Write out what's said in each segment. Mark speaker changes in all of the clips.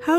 Speaker 1: how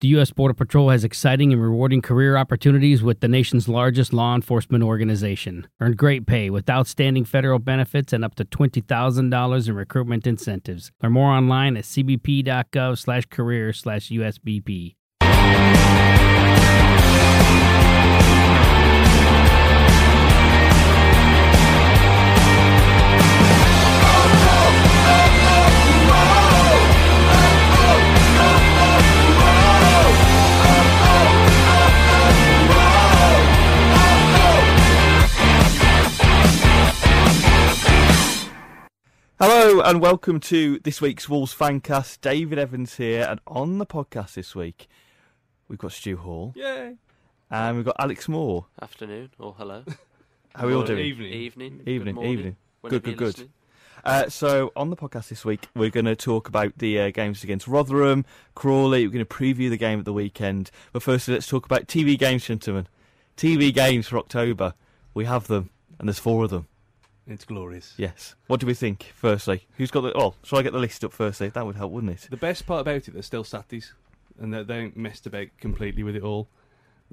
Speaker 2: The U.S. Border Patrol has exciting and rewarding career opportunities with the nation's largest law enforcement organization. Earn great pay with outstanding federal benefits and up to $20,000 in recruitment incentives. Learn more online at cbp.gov slash career slash USBP.
Speaker 3: Hello and welcome to this week's Wolves Fancast. David Evans here, and on the podcast this week, we've got Stu Hall
Speaker 4: Yay!
Speaker 3: and we've got Alex Moore.
Speaker 4: Afternoon or hello.
Speaker 3: How are we all
Speaker 4: Morning,
Speaker 3: doing?
Speaker 5: Evening.
Speaker 4: Evening. E- good
Speaker 3: Evening,
Speaker 4: morning,
Speaker 3: evening.
Speaker 4: whenever
Speaker 3: Good, good,
Speaker 4: you're
Speaker 3: good.
Speaker 4: listening.
Speaker 3: Uh, so, on the podcast this week, we're going to talk about the uh, games against Rotherham, Crawley. We're going to preview the game at the weekend. But firstly, let's talk about TV games, gentlemen. TV games for October. We have them, and there's four of them.
Speaker 5: It's glorious.
Speaker 3: Yes. What do we think, firstly? Who's got the. Well, shall I get the list up firstly? That would help, wouldn't it?
Speaker 5: The best part about it, they're still Saturdays, and they they ain't messed about completely with it all.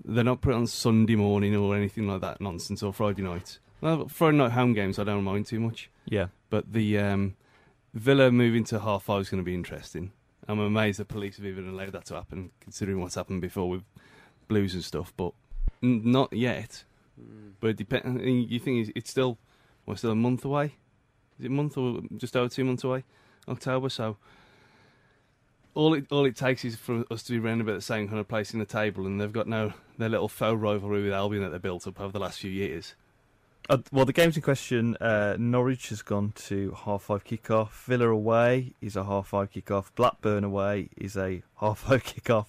Speaker 5: They're not put on Sunday morning or anything like that nonsense or Friday night. Well, Friday night home games, I don't mind too much,
Speaker 3: Yeah.
Speaker 5: but the um, Villa moving to half five is going to be interesting. I'm amazed the police have even allowed that to happen, considering what's happened before with Blues and stuff. But n- not yet.
Speaker 4: Mm.
Speaker 5: But it depend- you think it's- it's still, well, still a month away? Is it a month or just over two months away? October. So all it all it takes is for us to be round about the same kind of place in the table, and they've got no their little faux rivalry with Albion that they built up over the last few years.
Speaker 3: Uh, well, the games in question, uh, Norwich has gone to half five kickoff. Villa away is a half five kickoff. Blackburn away is a half five kickoff,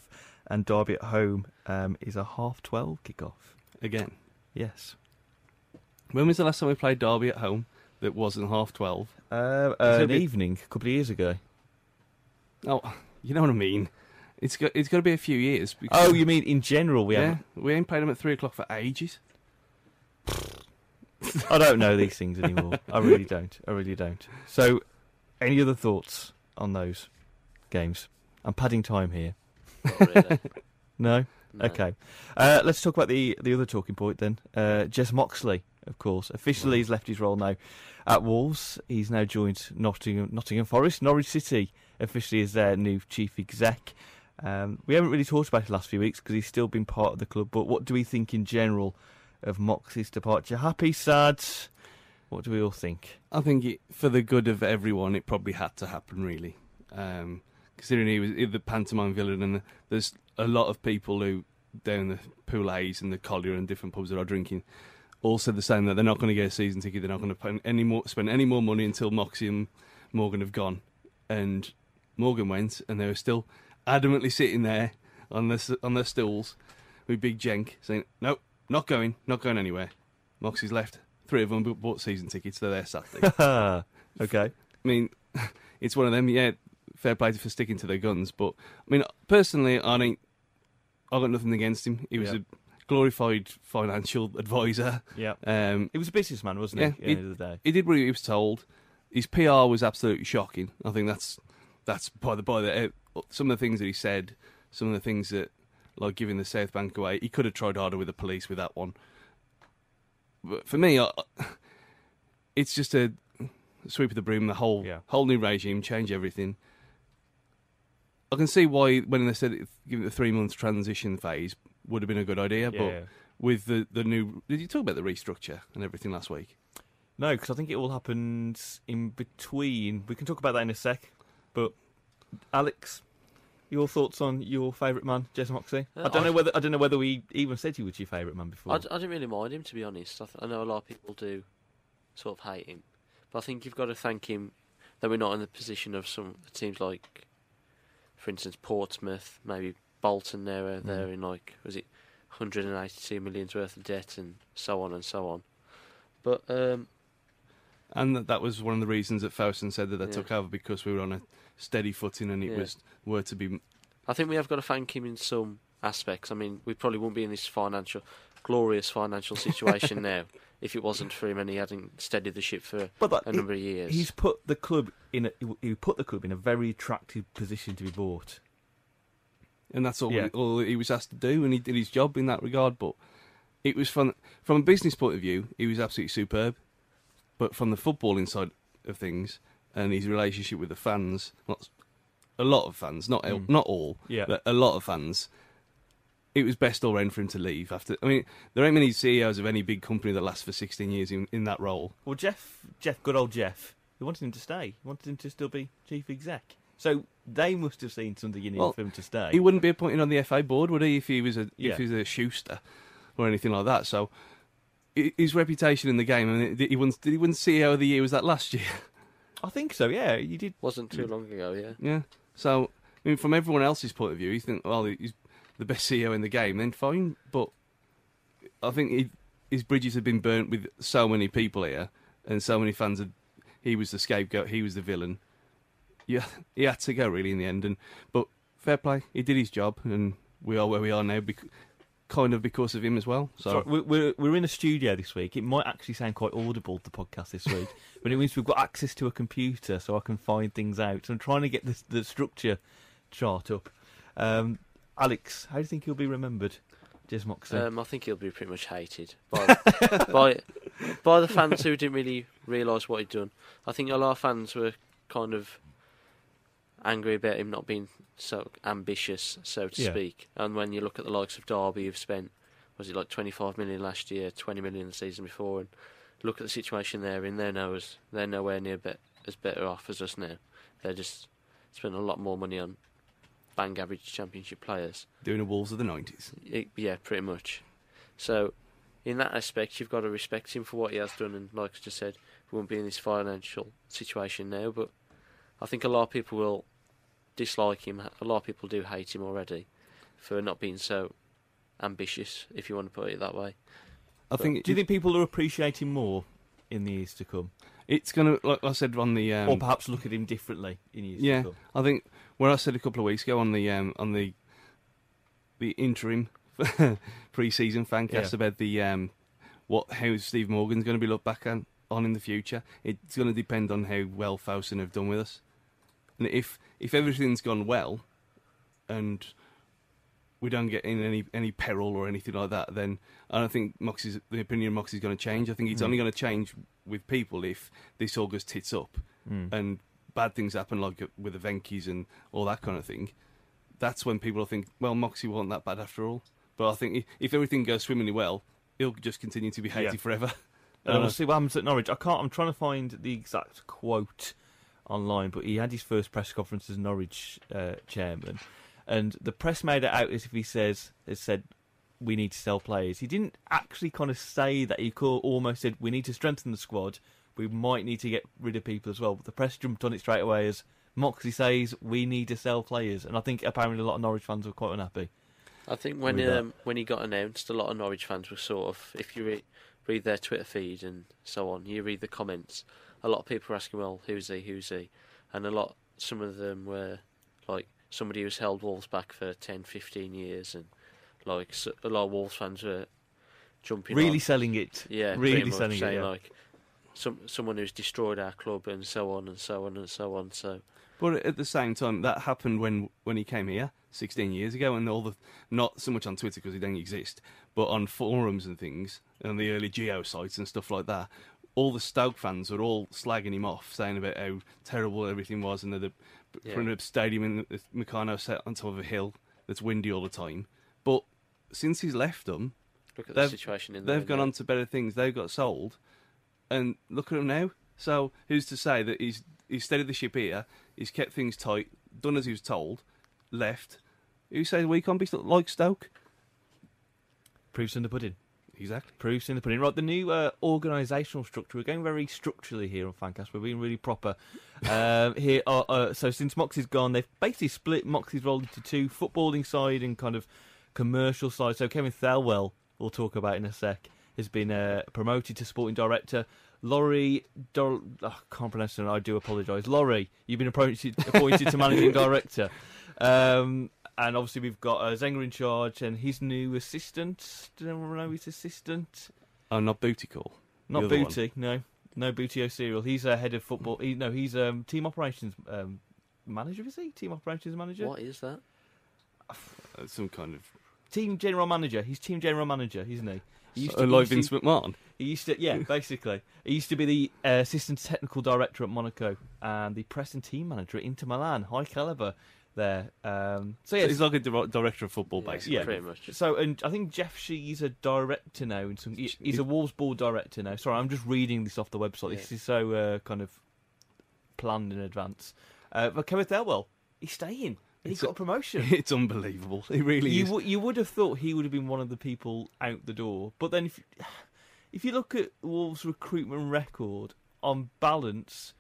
Speaker 3: and Derby at home um, is a half twelve kickoff.
Speaker 5: Again,
Speaker 3: Yes.
Speaker 5: when was the last time we played Derby at home? That wasn't half twelve.
Speaker 3: Uh,
Speaker 5: It's
Speaker 3: an
Speaker 5: gonna be-
Speaker 3: evening a couple of years ago.
Speaker 5: Oh, you know what I mean. It's got it's got to be a few years. because-
Speaker 3: Oh, you mean in general? We
Speaker 5: yeah, we ain't played them at three o'clock for ages.
Speaker 3: haven't. I don't know these things anymore. I really don't. I really don't. So, any other thoughts on those games? I'm padding time here.
Speaker 4: Mm, Not really,
Speaker 3: No.
Speaker 4: no.
Speaker 3: Okay. Uh, let's talk about the, the other talking point then. Uh, Jess Moxley, of course, officially has left his role now at Wolves. He's now joined Nottingham, Nottingham Forest. Norwich City officially is their new chief exec. Um, we haven't really talked about it the last few weeks because he's still been part of the club. But what do we think in general of Moxley's departure? Happy, sad? What do we all think?
Speaker 5: I think it, for the good of everyone, it probably had to happen, really. Um, considering he was he- the pantomime villain, and there's a lot of people who down the Poulays and the Collier and different pubs that are drinking all said the same that they're not going to get a season ticket, they're not going to spend any more spend any more money until Moxie and Morgan have gone. And Morgan went, and they were still adamantly sitting there on their s- on their stools with Big Jenk saying, "Nope, not going, not going anywhere." Moxie's left. Three of them bu- bought season tickets. They're there Saturday.
Speaker 3: okay.
Speaker 5: I mean, it's one of them. Yeah, fair play for sticking to their guns, but I mean, personally, I ain't. I got nothing against him. He was
Speaker 3: Yeah.
Speaker 5: a glorified financial advisor.
Speaker 3: Yeah.
Speaker 5: Um,
Speaker 3: He was a businessman, wasn't he?
Speaker 5: Yeah,
Speaker 3: at the
Speaker 5: it-
Speaker 3: end of the day.
Speaker 5: he did what he was told. His PR was absolutely shocking. I think that's that's by the by the uh, some of the things that he said, some of the things that like giving the South Bank away. He could have tried harder with the police with that one. But for me, I, it's just a sweep of the broom. The whole
Speaker 3: Yeah.
Speaker 5: whole new regime, change everything. I can see why when they said it, give it the three month transition phase would have been a good idea, but with the the new did you talk about the restructure and everything last week?
Speaker 3: No, because I think it all happens in between. We can talk about that in a sec. But Alex, your thoughts on your favourite man, Jason Moxley?
Speaker 4: Uh,
Speaker 3: I don't
Speaker 4: I-
Speaker 3: know whether I don't know whether we even said he was your favourite man before.
Speaker 4: I, d- I didn't really mind him to be honest. I, th- I know a lot of people do sort of hate him, but I think you've got to thank him that we're not in the position of some teams like, for instance, Portsmouth, maybe Bolton now are there
Speaker 3: Mm.
Speaker 4: in like was it 182 million's worth of debt and so on and so on. But um,
Speaker 5: And that, that was one of the reasons that Faustin said that they
Speaker 4: Yeah.
Speaker 5: took over because we were on a steady footing and it
Speaker 4: Yeah.
Speaker 5: was were to be.
Speaker 4: I think we have got to thank him in some aspects. I mean, we probably wouldn't be in this financial, glorious financial situation now if it wasn't for him and he hadn't steadied the ship for
Speaker 3: But that,
Speaker 4: a number of years.
Speaker 3: he's put the club in a, he put the club in a very attractive position to be bought.
Speaker 5: And that's all,
Speaker 3: Yeah.
Speaker 5: all he was asked to do, and he did his job in that regard. But it was fun. From a business point of view, he was absolutely superb. But from the footballing side of things and his relationship with the fans, lots, a lot of fans, not el-
Speaker 3: Mm.
Speaker 5: not all,
Speaker 3: Yeah.
Speaker 5: but a lot of fans, it was best all round for him to leave. After I mean, there ain't many CEOs of any big company that lasts for 16 years in, in that role.
Speaker 3: Well, Jeff, Jeff, good old Jeff, he wanted him to stay. He wanted him to still be chief exec. So they must have seen something in him
Speaker 5: Well,
Speaker 3: for him to stay.
Speaker 5: He wouldn't be appointed on the FA board, would he? If he was a
Speaker 3: Yeah.
Speaker 5: if he was a Schuster or anything like that. So i- his reputation in the game. I mean, he wouldn't he wouldn't CEO of the year was that last year.
Speaker 3: I think so. Yeah, you did.
Speaker 4: wasn't too long ago, yeah.
Speaker 5: Yeah. So I mean, from everyone else's point of view, you think well he's the best CEO in the game. Then fine, but I think he, his bridges have been burnt with so many people here, and so many fans of he was the scapegoat. He was the villain. Yeah, he had to go really in the end. And but fair play, he did his job, and we are where we are now, bec- kind of because of him as well. So
Speaker 3: Sorry, we- we're we're in a studio this week. It might actually sound quite audible the podcast this week, but it means we've got access to a computer, so I can find things out. So I'm trying to get the the structure chart up. Um, Alex, how do you think he'll be remembered? Jez Moxley.
Speaker 4: Um, I think he'll be pretty much hated by by, by the fans who didn't really realise what he'd done. I think a lot of fans were kind of angry about him not being so ambitious, so to
Speaker 3: Yeah.
Speaker 4: speak. And when you look at the likes of Derby, who've spent was it like 25 million last year, 20 million the season before, and look at the situation they're in. They're now as they're nowhere near bet, as better off as us now. They're just spending a lot more money on bang average championship players.
Speaker 5: doing the Wolves of the nineties.
Speaker 4: Y- Yeah, pretty much. So, in that aspect, you've got to respect him for what he has done. And like I just said, we won't be in this financial situation now. But I think a lot of people will dislike him. A lot of people do hate him already for not being so ambitious, if you want to put it that way.
Speaker 5: I think
Speaker 3: do you think people will appreciate him more in the years to come,
Speaker 5: it's gonna like I said on the um,
Speaker 3: or perhaps look at him differently in years
Speaker 5: yeah,
Speaker 3: to come?
Speaker 5: I think where I said a couple of weeks ago on the um, on the the interim pre-season fancast
Speaker 3: Yeah.
Speaker 5: about the um, what how Steve Morgan's going to be looked back on, on in the future. It's going to depend on how well Faustin have done with us, and if if everything's gone well, and we don't get in any any peril or anything like that, then I don't think Moxie's the opinion of Moxie's going to change. I think it's
Speaker 3: Hmm.
Speaker 5: only going to change with people if this all goes tits up
Speaker 3: Mm.
Speaker 5: and bad things happen, like uh, with the Venkis and all that kind of thing, that's when people think, well, Moxie wasn't that bad after all. But I think if, if everything goes swimmingly well, he'll just continue to be hated
Speaker 3: Yeah.
Speaker 5: forever.
Speaker 3: And
Speaker 5: Uh,
Speaker 3: we'll see what happens at Norwich. I can't. I'm trying to find the exact quote online, but he had his first press conference as Norwich uh, chairman, and the press made it out as if he says has said we need to sell players. He didn't actually kind of say that. He call, almost said we need to strengthen the squad. We might need to get rid of people as well. But the press jumped on it straight away as Moxie says we need to sell players, and I think apparently a lot of Norwich fans were quite unhappy.
Speaker 4: I think when
Speaker 3: With that.
Speaker 4: um, when he got announced, a lot of Norwich fans were sort of, if you re- read their Twitter feed and so on, you read the comments. A lot of people were asking, "Well, who's he? Who's he?" And a lot, some of them were like somebody who's held Wolves back for 10, 15 years, and like s a a lot of Wolves fans were jumping.
Speaker 3: really
Speaker 4: on.
Speaker 3: selling it.
Speaker 4: Yeah, pretty
Speaker 3: really
Speaker 4: much,
Speaker 3: selling it.
Speaker 4: saying
Speaker 3: yeah.
Speaker 4: like some someone who's destroyed our club and so on and so on and so on. So
Speaker 5: But at the same time, that happened when, when he came here 16 years ago, and all the not so much on Twitter because he didn't exist, but on forums and things, and the early geo sites and stuff like that. All the Stoke fans were all slagging him off, saying about how terrible everything was, and that the
Speaker 4: Yeah.
Speaker 5: from the stadium in the Meccano set on top of a hill that's windy all the time. But since he's left them,
Speaker 4: look at the
Speaker 5: They've-
Speaker 4: situation in
Speaker 5: they've
Speaker 4: there
Speaker 5: gone
Speaker 4: now.
Speaker 5: on to better things. They've got sold, and look at them now. So who's to say that he's he's steadied the ship here? He's kept things tight, done as he was told, left. Who says we can't be like Stoke?
Speaker 3: Proofs in the pudding.
Speaker 5: Exactly.
Speaker 3: Proofs in the pudding. Right, the new uh, organisational structure. We're going very structurally here on Fancast. We're being really proper um, here. Are, uh, so since Moxie's gone, they've basically split Moxie's role into two: footballing side and kind of commercial side. So Kevin Thelwell, we'll talk about in a sec, has been uh, promoted to sporting director. Laurie, Dor- I can't pronounce it. I do apologise. Laurie, you've been appointed, appointed to managing director. Um, and obviously we've got uh, Zenger in charge and his new assistant. Do anyone know his assistant?
Speaker 5: Oh, not booty call.
Speaker 3: Not
Speaker 5: The other
Speaker 3: Booty, no, no Booty O'Serial. He's a head of football. He, no, he's um, team operations um, manager. Is he team operations manager?
Speaker 4: What is that?
Speaker 5: Uh, Some kind of
Speaker 3: Team general manager. He's team general manager, isn't he? He used to-
Speaker 5: uh, like
Speaker 3: he used to-
Speaker 5: Vince McMahon.
Speaker 3: He used to, yeah, basically. He used to be the uh, assistant technical director at Monaco and the press and team manager at Inter Milan. High caliber there. Um, so yeah,
Speaker 5: he's like a dir- director of football, basically.
Speaker 3: yeah.
Speaker 4: pretty much.
Speaker 3: So, and I think Jeff Shee's a director now, and some he- he's a Wolves ball director now. Sorry, I'm just reading this off the website. This
Speaker 4: Yeah.
Speaker 3: is so uh, kind of planned in advance. Uh, but Kenneth Elwell, he's staying. And he
Speaker 5: It's
Speaker 3: got
Speaker 5: a-
Speaker 3: a promotion.
Speaker 5: It's unbelievable. It really
Speaker 3: you
Speaker 5: is.
Speaker 3: wou- you would have thought he would have been one of the people out the door, but then if you- if you look at Wolves' recruitment record on balance.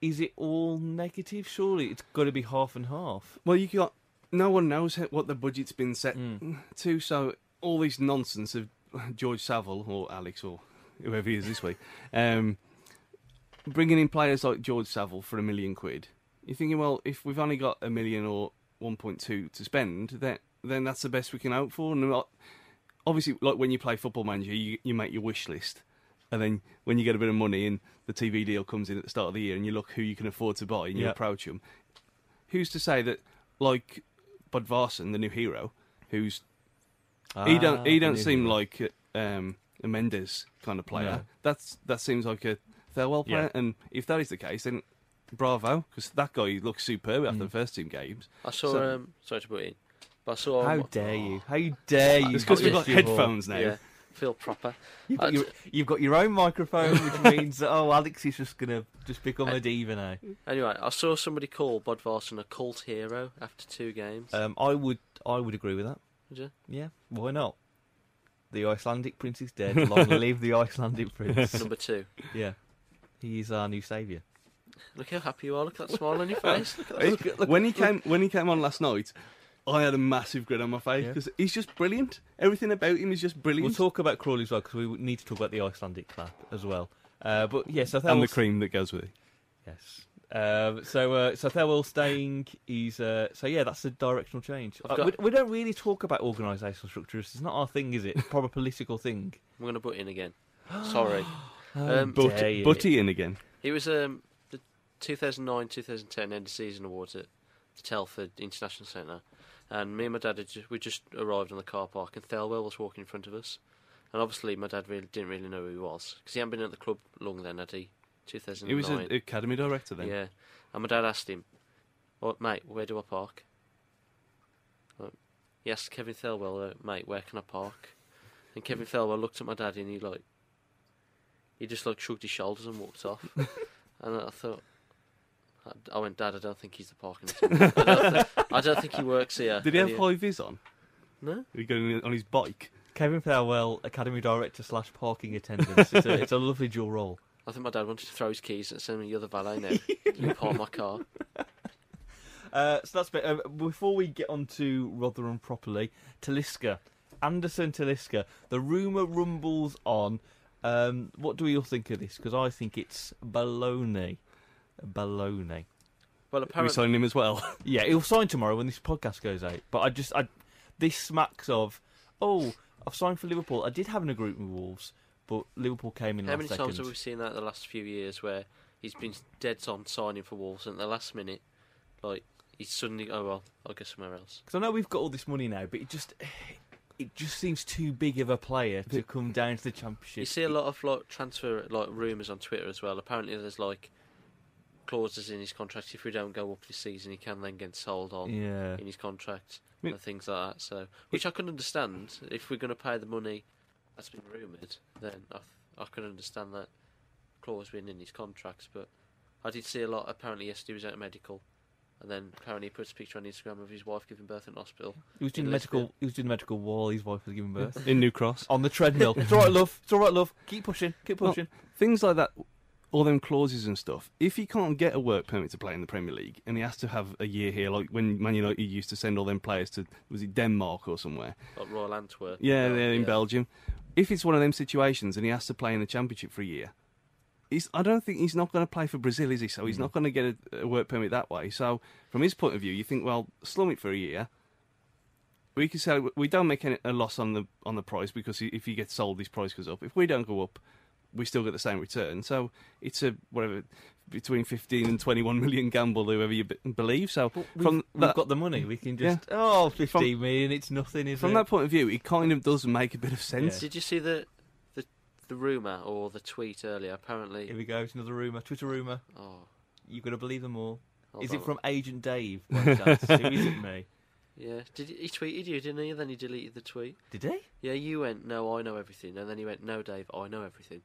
Speaker 3: Is it all negative? Surely it's got to be half and half.
Speaker 5: Well, you got no one knows he- what the budget's been set to, so all this nonsense of George Savile or Alex or whoever he is this week, um, bringing in players like George Savile for a million quid. You're thinking, well, if we've only got a million or 1.2 to spend, then then that's the best we can hope for. And not- obviously, like when you play football manager, you, you make your wish list. And then when you get a bit of money and the TV deal comes in at the start of the year and you look who you can afford to buy and you
Speaker 3: Yeah.
Speaker 5: approach 'em. approach them, who's to say that like Bud Varson, the new hero, who's he
Speaker 3: Ah,
Speaker 5: don't he don't seem like um, a Mendes kind of player.
Speaker 3: No.
Speaker 5: That's that seems like a farewell player. And if that is the case, then bravo because that guy looks superb after the first team games.
Speaker 4: I saw.
Speaker 5: So-
Speaker 4: um, sorry to put in, but I saw.
Speaker 3: How
Speaker 4: Mo-
Speaker 3: dare you? How dare you?
Speaker 5: Oh It's because we've got
Speaker 3: Chris Duval.
Speaker 5: headphones now.
Speaker 4: Yeah, feel proper.
Speaker 3: You've
Speaker 4: I-
Speaker 3: got, your, you've got your own microphone, which means that, oh, Alex is just gonna just become a diva now.
Speaker 4: Anyway, I saw somebody call Bod Varson a cult hero after two games.
Speaker 3: Um, I would, I would agree with that.
Speaker 4: Did you?
Speaker 3: Yeah, why not? The Icelandic prince is dead. Long live the Icelandic prince.
Speaker 4: Number two.
Speaker 3: yeah, he is our new saviour.
Speaker 4: Look how happy you are. Look at that smile on your face. Look at that.
Speaker 5: It- when he came when he came on last night, I had a massive grin on my face
Speaker 3: Yeah.
Speaker 5: because he's just brilliant. Everything about him is just brilliant.
Speaker 3: We'll talk about Crawley as well because we need to talk about the Icelandic clap as well. Uh, but yes, I think
Speaker 5: and the cream that goes with it.
Speaker 3: Yes. Um, so, uh, so Thirlwell staying is uh, so yeah. That's the directional change.
Speaker 4: I've
Speaker 3: Uh,
Speaker 4: got-
Speaker 3: we, we don't really talk about organisational structures. It's not our thing, is it? Proper political thing.
Speaker 4: I'm going to butt in again. Sorry. um,
Speaker 3: dear.
Speaker 5: But
Speaker 3: Dare you.
Speaker 5: Butty in again.
Speaker 4: it was um, the 2009-2010 end of season awards at the Telford International Centre, and me and my dad had ju- we just arrived on the car park, and Thelwell was walking in front of us, and obviously my dad really didn't really know who he was because he hadn't been at the club long then, had he? 2009.
Speaker 5: He was an academy director then.
Speaker 4: Yeah, and my dad asked him, "Oh, mate, where do I park?" Like, he asked Kevin Thelwell, uh, "Mate, where can I park?" And Kevin
Speaker 5: Hmm.
Speaker 4: Thelwell looked at my dad and he like, he just like shrugged his shoulders and walked off. and I thought, I- I went, Dad, I don't think he's the parking. attendant. I, don't thi- I don't think he works here.
Speaker 5: Did he
Speaker 4: And
Speaker 5: have high vis on?
Speaker 4: No.
Speaker 5: He got in- on his bike.
Speaker 3: Kevin Farewell, Academy Director slash Parking Attendant. It's a, it's a lovely dual role.
Speaker 4: I think my dad wanted to throw his keys at some of the other valet now. and park my car.
Speaker 3: Uh, so that's bit. Um, before we get on to Rotherham properly, Taliska, Anderson Taliska. The rumour rumbles on. Um, what do we all think of this? Because I think it's baloney. Baloney.
Speaker 4: Well,
Speaker 5: We
Speaker 4: apparently,
Speaker 5: signed him as well.
Speaker 3: Yeah, he'll sign tomorrow when this podcast goes out. But I just, I this smacks of, oh, I've signed for Liverpool. I did have an agreement with Wolves, but Liverpool came in
Speaker 4: How
Speaker 3: last
Speaker 4: many
Speaker 3: second.
Speaker 4: times have we seen that the last few years where he's been dead on signing for Wolves and at the last minute, like, he's suddenly, oh well, I'll go somewhere else.
Speaker 3: Because I know we've got all this money now, but it just, it just seems too big of a player to come down to the championship.
Speaker 4: You see a lot of, like, transfer, like, rumours on Twitter as well. Apparently there's, like, clauses in his contract. If we don't go up this season, he can then get sold on
Speaker 3: Yeah.
Speaker 4: in his contract
Speaker 5: I mean-
Speaker 4: and things like that. So, Which I can understand. If we're going to pay the money that's been rumoured, then I, I can understand that clause being in his contracts. But I did see a lot, apparently, yesterday he was out of medical. And then apparently he puts a picture on Instagram of his wife giving birth in hospital.
Speaker 3: He was doing the
Speaker 4: Elizabeth.
Speaker 3: medical. He was doing the medical while his wife was giving birth
Speaker 5: in New Cross.
Speaker 3: on the treadmill. it's all right, love. It's all right, love. Keep pushing. Keep
Speaker 5: Well,
Speaker 3: pushing.
Speaker 5: Things like that, all them clauses and stuff. If he can't get a work permit to play in the Premier League and he has to have a year here, like when Man United used to send all them players to, was it Denmark or somewhere?
Speaker 4: Like Royal Antwerp.
Speaker 5: Yeah,
Speaker 4: Royal-
Speaker 5: they're in
Speaker 4: yeah.
Speaker 5: Belgium. If it's one of them situations and he has to play in the Championship for a year, he's, I don't think he's not going to play for Brazil, is he? So he's not going to get a, a work permit that way. So from his point of view, you think, well, slum it for a year. We can sell. We don't make any, a loss on the on the price because i- if he gets sold, his price goes up. If we don't go up, we still get the same return. So it's a whatever between fifteen and twenty one million gamble, whoever you b- believe. So
Speaker 3: We've,
Speaker 5: from
Speaker 3: we've
Speaker 5: that,
Speaker 3: got the money. We can
Speaker 5: Yeah.
Speaker 3: just oh, 15 million, It's nothing, is
Speaker 5: from
Speaker 3: it?
Speaker 5: that point of view, it kind of does make a bit of sense.
Speaker 4: Did you see the the the rumor or the tweet earlier?
Speaker 3: Here
Speaker 4: Apparently,
Speaker 3: we go. It's another rumor. Twitter rumor.
Speaker 4: oh,
Speaker 3: You've got to believe them all.
Speaker 4: hold
Speaker 3: is it
Speaker 4: on.
Speaker 3: from Agent Dave? By chance? Who is it? Me?
Speaker 4: Yeah, did he he tweeted you, didn't he? Then he deleted the tweet.
Speaker 3: Did he?
Speaker 4: Yeah, you went, no, I know everything, and then he went, no, Dave, I know everything.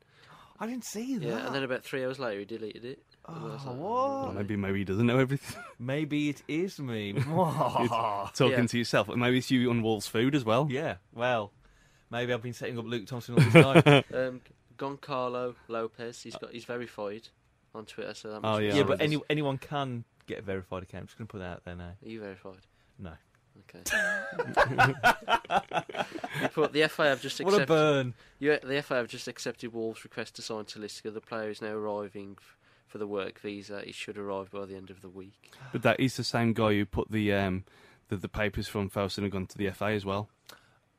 Speaker 3: I didn't see that.
Speaker 4: Yeah, and then about three hours later, he deleted it. And I was
Speaker 3: Oh, what?
Speaker 4: like,
Speaker 5: Well,
Speaker 4: right.
Speaker 5: maybe maybe he doesn't know everything.
Speaker 3: Maybe it is me.
Speaker 5: Talking
Speaker 4: Yeah.
Speaker 5: to yourself, and maybe it's you on Wolves food as well.
Speaker 3: yeah. Well, maybe I've been setting up Luke Thompson all this time.
Speaker 4: Um, Goncalo Lopez, he's got he's verified on Twitter, so that.
Speaker 5: Oh,
Speaker 4: must be
Speaker 5: yeah,
Speaker 3: yeah,
Speaker 5: I
Speaker 3: but
Speaker 5: remember.
Speaker 3: any, anyone can get a verified account. I'm just going to put that out there now.
Speaker 4: Are you verified?
Speaker 3: No.
Speaker 4: Okay. you put the FA have just
Speaker 3: What a
Speaker 4: accepted.
Speaker 3: burn.
Speaker 4: You, the FA have just accepted Wolves' request to sign Talisca. The player is now arriving f- for the work visa. He should arrive by the end of the week.
Speaker 5: But that is the same guy who put the um the, the papers from Faustin have gone to the FA as well.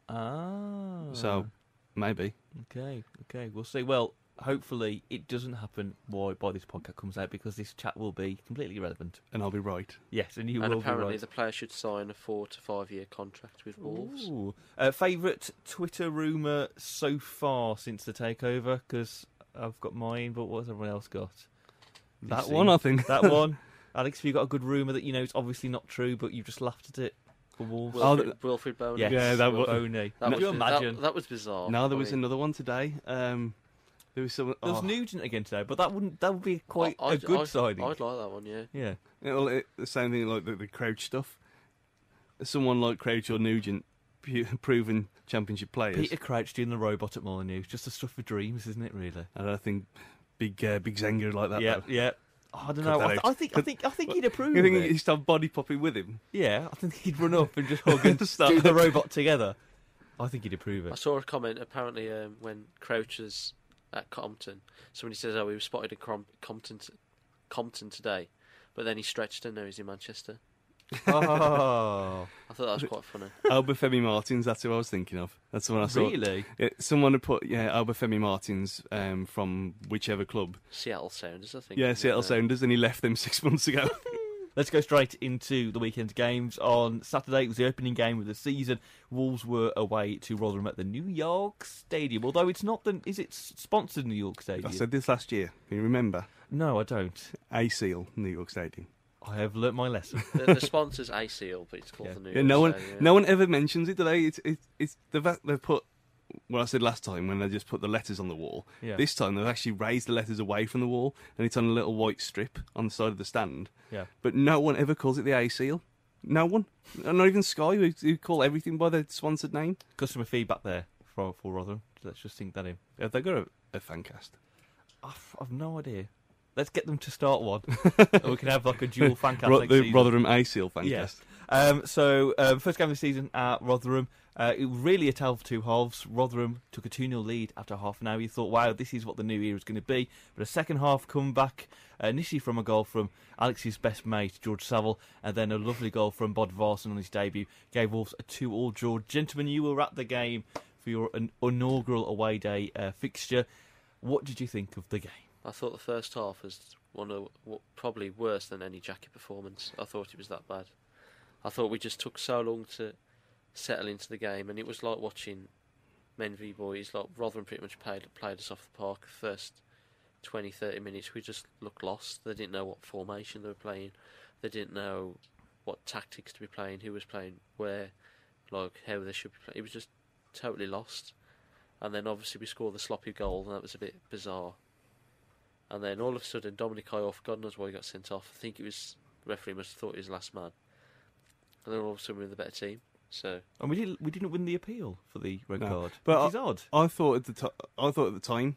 Speaker 3: Ah.
Speaker 5: So maybe
Speaker 3: Okay, okay. We'll see. Well, hopefully it doesn't happen by, by this podcast comes out because this chat will be completely irrelevant.
Speaker 5: and I'll be right.
Speaker 3: Yes, and you
Speaker 4: and
Speaker 3: will
Speaker 4: apparently,
Speaker 3: be
Speaker 4: the player should sign a four to five year contract with
Speaker 3: right.
Speaker 4: Wolves.
Speaker 3: Ooh. Uh, Favourite Twitter rumour so far since the takeover? Because I've got mine, but what's everyone else got?
Speaker 5: That
Speaker 3: Lucy.
Speaker 5: one, I think.
Speaker 3: That one. Alex, have you got a good rumour that you know it's obviously not true, but you've just laughed at it for Wolves?
Speaker 5: Well,
Speaker 4: Wilfred,
Speaker 5: th-
Speaker 4: Wilfred Boney.
Speaker 3: yes.
Speaker 5: Yeah, that was-
Speaker 3: Boney. Oh.
Speaker 4: That,
Speaker 3: Could
Speaker 4: was,
Speaker 3: you
Speaker 4: bi- that-
Speaker 3: imagine?
Speaker 4: That, was
Speaker 3: Oh,
Speaker 4: bizarre.
Speaker 5: Now there
Speaker 4: I
Speaker 5: was
Speaker 4: mean,
Speaker 5: another one today. Um, there was someone.
Speaker 3: There's
Speaker 5: oh.
Speaker 3: Nugent again today, but that wouldn't that would be quite
Speaker 4: I-
Speaker 3: a
Speaker 4: I'd-
Speaker 3: good
Speaker 4: I'd-
Speaker 3: signing.
Speaker 4: I'd like that one, yeah.
Speaker 3: yeah.
Speaker 5: Yeah, well, it- the same thing like the, the Crouch stuff. Someone like Crouch or Nugent, pu- proven Championship players.
Speaker 3: Peter Crouch doing the robot at Molyneux. Just the stuff for dreams, isn't it, really?
Speaker 5: I don't think big uh, big Zenger like that.
Speaker 3: yeah,
Speaker 5: though.
Speaker 3: yeah. Oh, I don't
Speaker 5: Cut
Speaker 3: know.
Speaker 5: that
Speaker 3: I, th-
Speaker 5: out.
Speaker 3: I think I think I think he'd approve.
Speaker 5: You think
Speaker 3: of
Speaker 5: he
Speaker 3: it.
Speaker 5: used to have body popping with him?
Speaker 3: Yeah, I think he'd run up and just hug and
Speaker 5: Stop.
Speaker 3: do the robot together. I think he'd approve
Speaker 4: I
Speaker 3: it.
Speaker 4: saw a comment apparently um, when Crouch was at Compton. Somebody says, "Oh, he was spotted in Crom- Compton, t- Compton today," but then he stretched and now he's in Manchester.
Speaker 3: Oh,
Speaker 4: I thought that was quite funny.
Speaker 5: Albafemi Martins, that's who I was thinking of. That's the one I saw.
Speaker 3: really?
Speaker 5: Yeah, someone had put, yeah, Albafemi Martins um, from whichever club.
Speaker 4: Seattle Sounders, I think.
Speaker 5: Yeah,
Speaker 4: isn't it?
Speaker 5: Seattle Sounders, and he left them six months ago.
Speaker 3: Let's go straight into the weekend's games. On Saturday, it was the opening game of the season. Wolves were away to Rotherham at the New York Stadium. Although it's not the, is it s- sponsored New York Stadium?
Speaker 5: I said this last year. Can you remember?
Speaker 3: no, I don't.
Speaker 5: A Seal, New York Stadium.
Speaker 3: I have learnt my lesson.
Speaker 4: The, the sponsor's ACL, but it's called
Speaker 3: Yeah.
Speaker 4: the New
Speaker 5: Yeah,
Speaker 4: York
Speaker 5: no one,
Speaker 4: Stadium.
Speaker 5: no one ever mentions it, do they? It's, it's, it's they've, act- they've put what I said last time when they just put the letters on the wall.
Speaker 3: Yeah.
Speaker 5: This time they've actually raised the letters away from the wall, and it's on a little white strip on the side of the stand.
Speaker 3: Yeah.
Speaker 5: But no one ever calls it the A Seal. No one, not even Sky, who, who call everything by their sponsored name.
Speaker 3: Customer feedback there for, for Rotherham. Let's just think that in.
Speaker 5: Have they got a, a fan cast?
Speaker 3: I've, I've no idea. Let's get them to start one. and we can have like a dual fan cast
Speaker 5: Ro-
Speaker 3: next
Speaker 5: the
Speaker 3: season.
Speaker 5: Rotherham A Seal fan
Speaker 3: Yeah.
Speaker 5: cast.
Speaker 3: Um, so, um, first game of the season at Rotherham. Uh, it was really a tale for two halves. Rotherham took a 2 0 lead after half an hour. You thought, wow, this is what the new era is going to be. But a second half comeback, uh, initially from a goal from Alex's best mate, George Saville, and then a lovely goal from Bod Varson on his debut, gave Wolves a 2 all draw. Gentlemen, you were at the game for your an- inaugural away day uh, fixture. What did you think of the game?
Speaker 4: I thought the first half was one of w- probably worse than any jacket performance. I thought it was that bad. I thought we just took so long to settle into the game, and it was like watching men v boys. Like Rotherham pretty much played played us off the park. The first 20, 30 minutes, we just looked lost. They didn't know what formation they were playing. They didn't know what tactics to be playing, who was playing where, like how they should be playing. It was just totally lost. And then obviously we scored the sloppy goal, and that was a bit bizarre. And then all of a sudden, Dominic Ioff, God knows why he got sent off. I think it was referee must have thought he was the last man. And then all of a sudden we're the better team. So
Speaker 3: And we didn't we didn't win the appeal for the red
Speaker 5: No,
Speaker 3: card,
Speaker 5: but
Speaker 3: which is odd.
Speaker 5: I thought at the t- I thought at the time,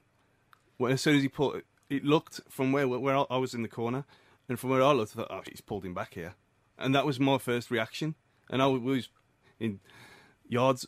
Speaker 5: when, as soon as he pulled, it looked from where where I I was in the corner, and from where I looked, I thought, oh, he's pulled him back here, and that was my first reaction, and I was in yards,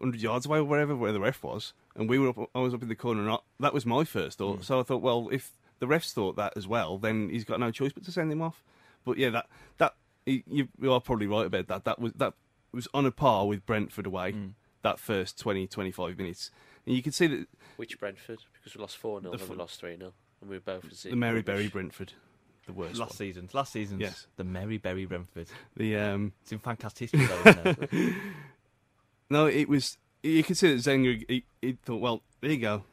Speaker 5: hundred yards away or wherever where the ref was, and we were up, I was up in the corner, and I, that was my first thought. So I thought, well, if the refs thought that as well, then he's got no choice but to send him off. But yeah, that that you, you are probably right about that. That was that was on a par with Brentford away. That first 20, 25 minutes, and you can see that
Speaker 4: which Brentford? Because we lost four 0
Speaker 5: The
Speaker 4: and then we
Speaker 5: fu-
Speaker 4: lost three 0 and we were both
Speaker 5: the Mary Berry Brentford, the worst
Speaker 3: Last
Speaker 5: one.
Speaker 3: season, last season's
Speaker 5: Yes.
Speaker 3: the Mary Berry Brentford.
Speaker 5: The um,
Speaker 3: It's in fantastic history. though, isn't it?
Speaker 5: no, it was you could see that Zenger. He, he thought, well, there you go.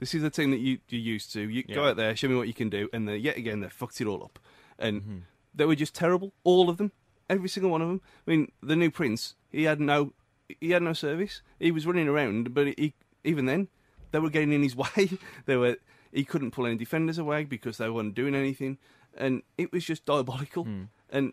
Speaker 5: This is the team that you you're used to. You go
Speaker 3: Yeah.
Speaker 5: out there, show me what you can do, and they, yet again they fucked it all up, and
Speaker 3: Mm-hmm.
Speaker 5: they were just terrible, all of them, every single one of them. I mean, the new prince, he had no, he had no service. He was running around, but he even then they were getting in his way. they were he couldn't pull any defenders away because they weren't doing anything, and it was just diabolical.
Speaker 3: Hmm.
Speaker 5: And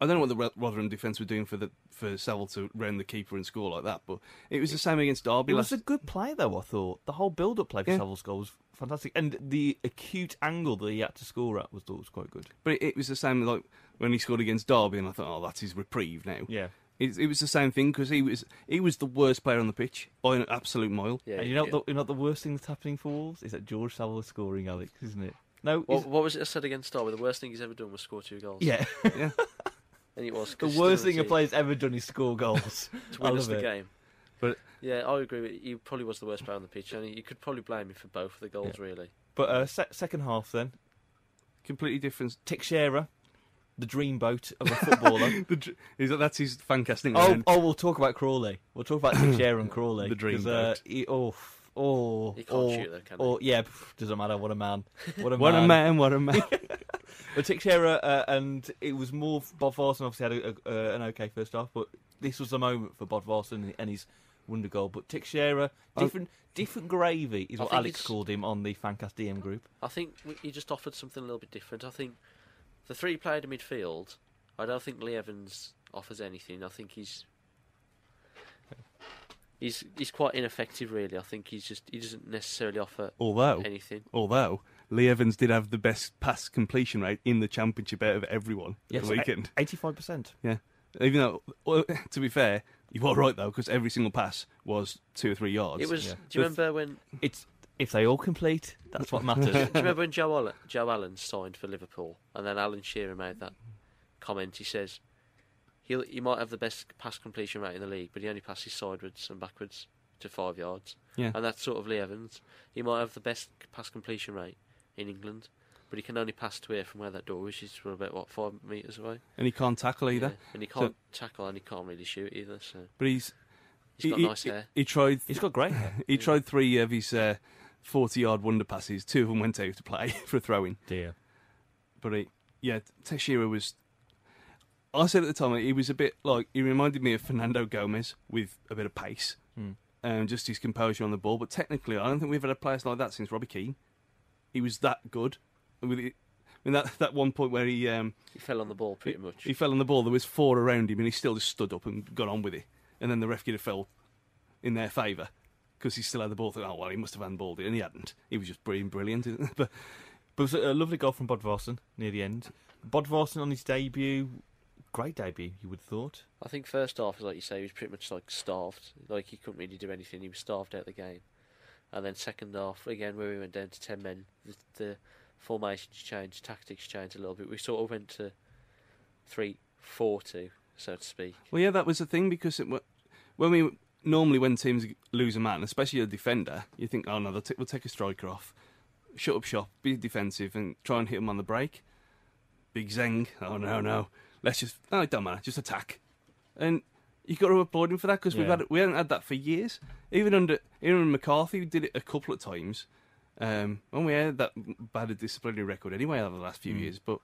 Speaker 5: I don't know what the Ro- Rotherham defence were doing for the for Savile to round the keeper and score like that, but it was the same against Derby.
Speaker 3: It was
Speaker 5: last,
Speaker 3: a good play, though. I thought the whole build-up play for
Speaker 5: Yeah.
Speaker 3: Savile's goal was fantastic, and the acute angle that he had to score at was thought was quite good.
Speaker 5: but it, it was the same like when he scored against Derby, and I thought, oh, that's his reprieve now.
Speaker 3: Yeah,
Speaker 5: It, it was the same thing because he was he was the worst player on the pitch by an absolute mile.
Speaker 4: Uh, Yeah.
Speaker 3: and you know, what the, you know what the worst thing that's happening for Wolves is that George Savile is scoring, Alex, isn't it? No,
Speaker 4: What,
Speaker 3: is-
Speaker 4: what was it I said against Derby? The worst thing he's ever done was score two goals.
Speaker 3: yeah,
Speaker 5: Yeah.
Speaker 4: and it was
Speaker 3: the worst thing a
Speaker 4: consistency
Speaker 3: player's ever done is score goals.
Speaker 4: to
Speaker 3: I
Speaker 4: win us
Speaker 3: love
Speaker 4: the
Speaker 3: it.
Speaker 4: game.
Speaker 3: But-
Speaker 4: yeah, I agree. With you. He probably was the worst player on the pitch, and you could probably blame him for both of the goals. Really,
Speaker 3: But uh, se- second half, then
Speaker 5: Completely different.
Speaker 3: Teixeira, the dreamboat of a footballer.
Speaker 5: The dr- Is that that's his fan casting?
Speaker 3: oh,
Speaker 5: around.
Speaker 3: oh, we'll talk about Crawley. We'll talk about Teixeira and Crawley.
Speaker 5: The
Speaker 3: 'cause, Uh,
Speaker 5: dreamboat.
Speaker 3: he, oh, oh,
Speaker 4: He can't
Speaker 3: oh,
Speaker 4: shoot though, can
Speaker 3: oh, yeah, pff, doesn't matter. What a man! What a
Speaker 5: what
Speaker 3: man!
Speaker 5: a man! What a man!
Speaker 3: But Teixeira, uh, and it was more Bob Varson obviously had a, a, uh, an okay first half, but this was the moment for Bob Varson and his wonder goal. But Teixeira,
Speaker 5: Oh.
Speaker 3: different different gravy is
Speaker 4: I
Speaker 3: what
Speaker 4: think
Speaker 3: Alex
Speaker 4: it's-
Speaker 3: called him on the Fancast DM group.
Speaker 4: I think we- he just offered something a little bit different. I think the three played in midfield. I don't think Lee Evans offers anything. I think he's he's he's quite ineffective. Really, I think he's just he doesn't necessarily offer
Speaker 5: although,
Speaker 4: anything.
Speaker 5: although Lee Evans did have the best pass completion rate in the championship out of everyone at the weekend.
Speaker 3: eighty-five percent.
Speaker 5: yeah, even though well, to be fair, you are right though because every single pass was two or three yards.
Speaker 4: It was.
Speaker 3: yeah.
Speaker 4: Do you
Speaker 5: The-
Speaker 4: remember when?
Speaker 3: It's if they all complete, that's what matters.
Speaker 4: Do you remember when Joe Allen, Joe Allen signed for Liverpool, and then Alan Shearer made that comment? He says he he might have the best pass completion rate in the league, but he only passes sideways and backwards to five yards.
Speaker 5: Yeah.
Speaker 4: and that's sort of Lee Evans. He might have the best pass completion rate in England, but he can only pass to here from where that door is, which is from about what five meters away.
Speaker 5: and he can't tackle either.
Speaker 4: Yeah. and he can't tackle and he can't really shoot either. So
Speaker 5: But he's
Speaker 4: he's got
Speaker 5: he,
Speaker 4: nice
Speaker 5: he,
Speaker 4: hair.
Speaker 5: He tried.
Speaker 3: He's got great hair.
Speaker 5: He tried three of his uh, forty-yard wonder passes. Two of them went out to play for a throw-in.
Speaker 3: Dear.
Speaker 5: But he, yeah, Teixeira was. I said at the time he was a bit like he reminded me of Fernando Gomez with a bit of pace,
Speaker 3: Mm.
Speaker 5: um, just his composure on the ball. But technically, I don't think we've had a player like that since Robbie Keane. He was that good. With it, I mean that that one point where he um,
Speaker 4: He fell on the ball pretty much.
Speaker 5: he fell on the ball, there was four around him, and he still just stood up and got on with it. And then the ref could have fell in their favour because he still had the ball. Thought, oh well, he must have handballed it, and he hadn't. He was just brilliant, brilliant. but
Speaker 3: But it was a lovely goal from Bodvarsson near the end. Bodvarsson on his debut, great debut, you would have thought.
Speaker 4: I think first half, like you say, he was pretty much like starved. Like he couldn't really do anything. He was starved out of the game. And then second half, again, where we went down to ten men, the, the formations changed, tactics changed a little bit. We sort of went to three, four, two, so to speak.
Speaker 5: Well, yeah, that was the thing because it, wa- when we normally when teams lose a man, especially a defender, you think, oh no, they'll t- we'll take a striker off, shut up shop, be defensive, and try and hit him on the break. Big zeng. Oh no, no, let's just no, it don't matter, just attack. And you got to applaud him for that because we've
Speaker 3: Yeah.
Speaker 5: had we haven't had that for years. Even under even McCarthy who did it a couple of times. Um, when we had that bad a disciplinary record anyway over the last few years, but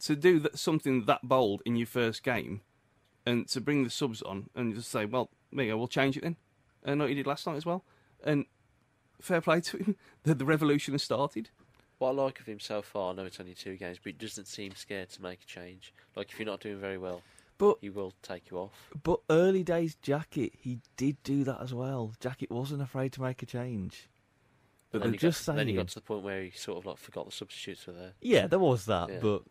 Speaker 5: to do that, something that bold in your first game and to bring the subs on and just say, well, there you go, we'll change it then. And like he did last night as well. And fair play to him, the, the revolution has started.
Speaker 4: What I like of him so far, I know it's only two games, but he doesn't seem scared to make a change. Like if you're not doing very well,
Speaker 3: But
Speaker 4: he will take you off.
Speaker 3: but early days Jacket, he did do that as well. Jacket wasn't afraid to make a change. But
Speaker 4: then
Speaker 3: they're
Speaker 4: he
Speaker 3: just saying.
Speaker 4: got, Then he got to the point where he sort of like forgot the substitutes were there.
Speaker 3: Yeah, there was that,
Speaker 4: Yeah.
Speaker 3: but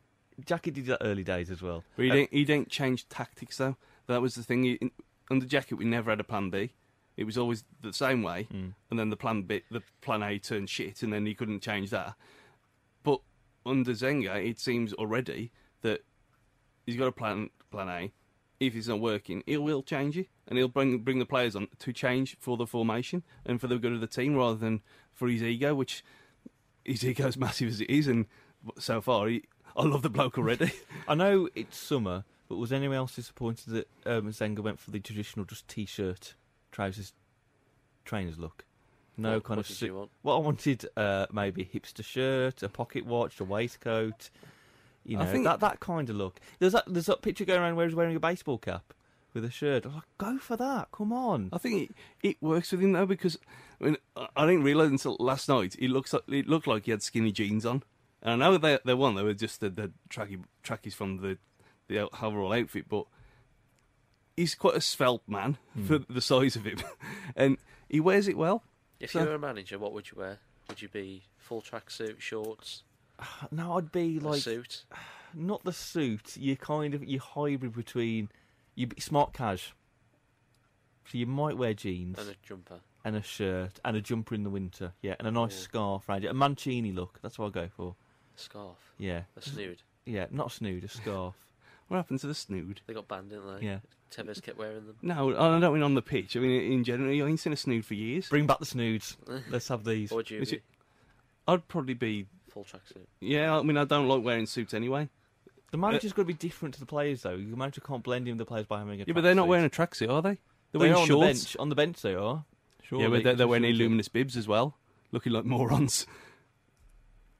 Speaker 3: Jacket did that early days as well.
Speaker 5: But he
Speaker 3: Uh,
Speaker 5: didn't. He didn't change tactics though. That was the thing. He, in, under Jacket, we never had a plan B. It was always the same way, and then the plan B, the plan A turned shit, and then he couldn't change that. But under Zenga, it seems already that he's got a plan. Plan A. If it's not working, he will change it, and he'll bring bring the players on to change for the formation and for the good of the team, rather than for his ego, which his ego is massive as it is, and so far, he, I love the bloke already.
Speaker 3: Um, I know it's summer, but was anyone else disappointed that um, Zenga went for the traditional just t-shirt, trousers, trainers look? No
Speaker 4: What-
Speaker 3: kind
Speaker 4: what
Speaker 3: of.
Speaker 4: did
Speaker 3: suit.
Speaker 4: you want?
Speaker 3: Well, I wanted uh, maybe a hipster shirt, a pocket watch, a waistcoat. You know,
Speaker 5: I think-
Speaker 3: that that kind of look. There's that there's that picture going around where he's wearing a baseball cap with a shirt. I was like, go for that! Come on.
Speaker 5: I think it, it works with him though because I, mean, I I didn't realize until last night it looks like, it looked like he had skinny jeans on, and I know they they won they were just the, the tracky trackies from the the out- overall outfit, but he's quite a svelte man
Speaker 3: Hmm.
Speaker 5: for the size of him, and he wears it well.
Speaker 4: If
Speaker 5: So-
Speaker 4: you were a manager, what would you wear? Would you be full tracksuit, shorts,
Speaker 3: No, I'd be
Speaker 4: a
Speaker 3: like
Speaker 4: suit?
Speaker 3: not the suit. You kind of you hybrid between you be smart cash. So you might wear jeans
Speaker 4: And a jumper.
Speaker 3: and a shirt and a jumper in the winter. Yeah, and a nice
Speaker 4: Yeah.
Speaker 3: scarf around it. A mancini look. That's what I go for.
Speaker 4: Scarf.
Speaker 3: Yeah,
Speaker 4: A snood.
Speaker 3: yeah. Not a snood, a scarf.
Speaker 5: What happened to the snood?
Speaker 4: They got banned, didn't they?
Speaker 3: Yeah.
Speaker 4: Tevez kept wearing them.
Speaker 5: No, I don't mean on the pitch. I mean in general. I ain't seen a snood for years.
Speaker 3: Bring back the snoods. Let's have these.
Speaker 4: Or would you
Speaker 5: Is
Speaker 4: be
Speaker 5: it- I'd probably be.
Speaker 4: full tracksuit? Yeah.
Speaker 5: Yeah, I mean I don't like wearing suits anyway.
Speaker 3: The manager's got to be different to the players, though. The manager can't blend in with the players by having a.
Speaker 5: Uh, Yeah, but they're not
Speaker 3: tracksuit.
Speaker 5: wearing a tracksuit, are they? They're
Speaker 3: They
Speaker 5: wearing
Speaker 3: are on
Speaker 5: shorts.
Speaker 3: The bench. On the bench, they are. Sure.
Speaker 5: yeah, but they're, they're wearing luminous bibs as well, looking like morons.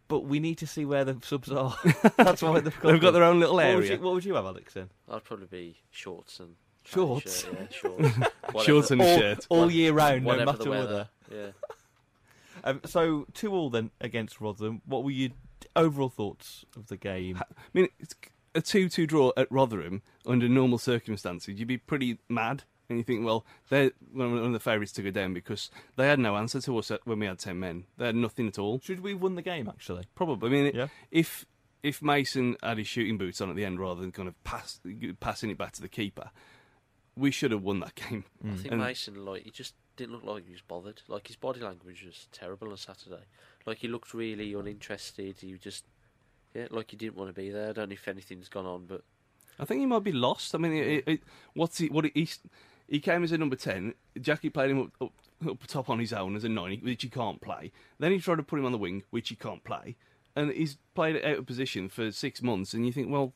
Speaker 3: But we need to see where the subs are. That's why they've got.
Speaker 5: They've got their own little
Speaker 3: What would,
Speaker 5: area.
Speaker 3: you, what would you have, Alex? Then
Speaker 4: I'd probably be shorts and tracksuit,
Speaker 3: Shorts?
Speaker 4: yeah, shorts. Whatever-
Speaker 5: Shorts and
Speaker 3: Oh,
Speaker 5: a shirt.
Speaker 3: all year round, no
Speaker 4: whatever
Speaker 3: matter
Speaker 4: the
Speaker 3: weather.
Speaker 4: weather. Yeah.
Speaker 5: Hmm.
Speaker 3: Um, so two all then against Rotherham. What were your overall thoughts of the game?
Speaker 5: I mean, it's a 2 2 draw at Rotherham under normal circumstances. You'd be pretty mad. And you think, well, they're one of the favourites to go down because they had no answer to us when we had 10 men. They had nothing at all.
Speaker 3: Should we have won the game actually?
Speaker 5: Probably. I mean, it-
Speaker 3: Yeah.
Speaker 5: if if Mason had his shooting boots on at the end rather than kind of pass, passing it back to the keeper, we should have won that game.
Speaker 4: I think
Speaker 5: And-
Speaker 4: Mason, like, he just didn't look like he was bothered. Like, his body language was terrible on Saturday. Like, he looked really uninterested. He just, yeah, like he didn't want to be there. I don't know if anything's gone on, but
Speaker 5: I think he might be lost. I mean, it, it, what's he? What he? He came as a number ten. Jackie played him up, up, up top on his own as a nine, which he can't play. Then he tried to put him on the wing, which he can't play. And he's played out of position for six months. And you think, well,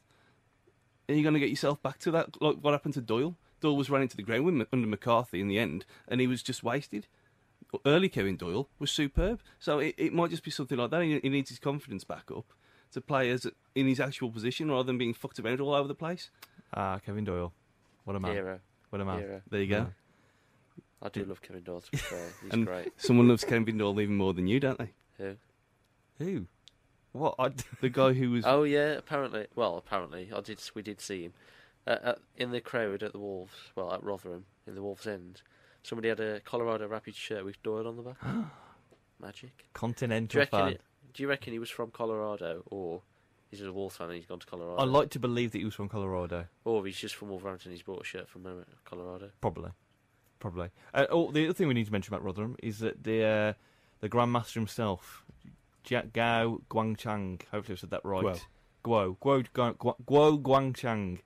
Speaker 5: are you going to get yourself back to that? Like what happened to Doyle? Doyle was running to the ground with, Ma- under McCarthy in the end, and he was just wasted. Early Kevin Doyle was superb. So it, it might just be something like that. He, he needs his confidence back up to play as in his actual position rather than being fucked around all over the place.
Speaker 3: Ah, Kevin Doyle. What a man!
Speaker 4: hero.
Speaker 3: What a man!
Speaker 4: hero.
Speaker 5: There you go.
Speaker 3: Yeah.
Speaker 4: I do love Kevin Doyle, to be fair. He's
Speaker 5: And-
Speaker 4: great.
Speaker 5: Someone loves Kevin Doyle even more than you, don't they?
Speaker 4: Who?
Speaker 3: Who? What? I d-
Speaker 5: The guy who was
Speaker 4: Oh, yeah, apparently. Well, apparently. I did. We did see him. Uh, uh, in the crowd at the Wolves, well, at Rotherham, in the Wolves End, somebody had a Colorado Rapids shirt with Doyle on the back. Magic. Do you,
Speaker 3: continental
Speaker 4: reckon
Speaker 3: fan.
Speaker 4: it, do you reckon he was from Colorado, or he's a Wolves fan and he's gone to Colorado?
Speaker 3: I'd like to believe that he was from Colorado.
Speaker 4: Or he's just from Wolverhampton. He's bought a shirt from uh, Colorado.
Speaker 3: Probably, probably. Uh, oh, the other thing we need to mention about Rotherham is that the uh, the grandmaster himself, Jack Gao Guangchang. Hopefully, I said that right.
Speaker 5: Guo.
Speaker 3: Guo Guo Guo, Guo, Guo Guangchang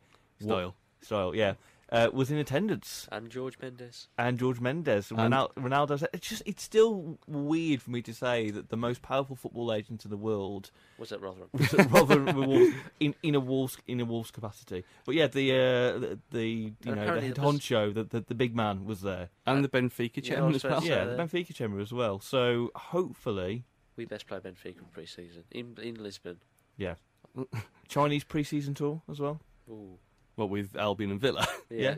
Speaker 5: Doyle.
Speaker 3: style. Yeah, uh, was in attendance.
Speaker 4: And George Mendes.
Speaker 3: and George Mendes. And
Speaker 5: And-
Speaker 3: Ronal- Ronaldo. It's just it's still weird for me to say that the most powerful football agent in the world
Speaker 4: Was that Rotherham?
Speaker 3: was at Rotherham with Wolves in, in a Wolves in a Wolves capacity. But yeah, the uh, the, the you know
Speaker 4: And
Speaker 3: the
Speaker 4: apparently
Speaker 3: head
Speaker 4: it was-
Speaker 3: honcho, the, the the big man was there.
Speaker 5: and the Benfica
Speaker 4: uh, Yeah, I
Speaker 5: chairman
Speaker 4: was
Speaker 5: as
Speaker 4: about
Speaker 5: well.
Speaker 4: to say
Speaker 3: yeah,
Speaker 4: that.
Speaker 3: the Benfica chamber as well. So hopefully,
Speaker 4: We best play Benfica in pre-season in in Lisbon.
Speaker 3: yeah. Chinese pre-season tour as well.
Speaker 4: Ooh,
Speaker 5: What with Albion and Villa,
Speaker 4: yeah.
Speaker 3: Yeah.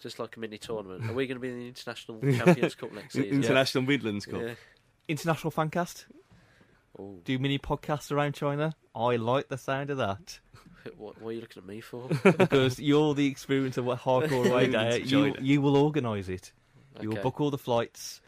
Speaker 4: Just like a mini tournament. Are we going to be in the International Champions Cup next season?
Speaker 5: International Midlands Cup.
Speaker 4: Yeah.
Speaker 3: International fancast.
Speaker 4: Oh,
Speaker 3: do mini podcasts around China. I like the sound of that
Speaker 4: what, what are you looking at me for?
Speaker 3: because you're the experience of what hardcore away day. You,
Speaker 5: China.
Speaker 3: you will organise it. You will
Speaker 4: Okay.
Speaker 3: book all the flights,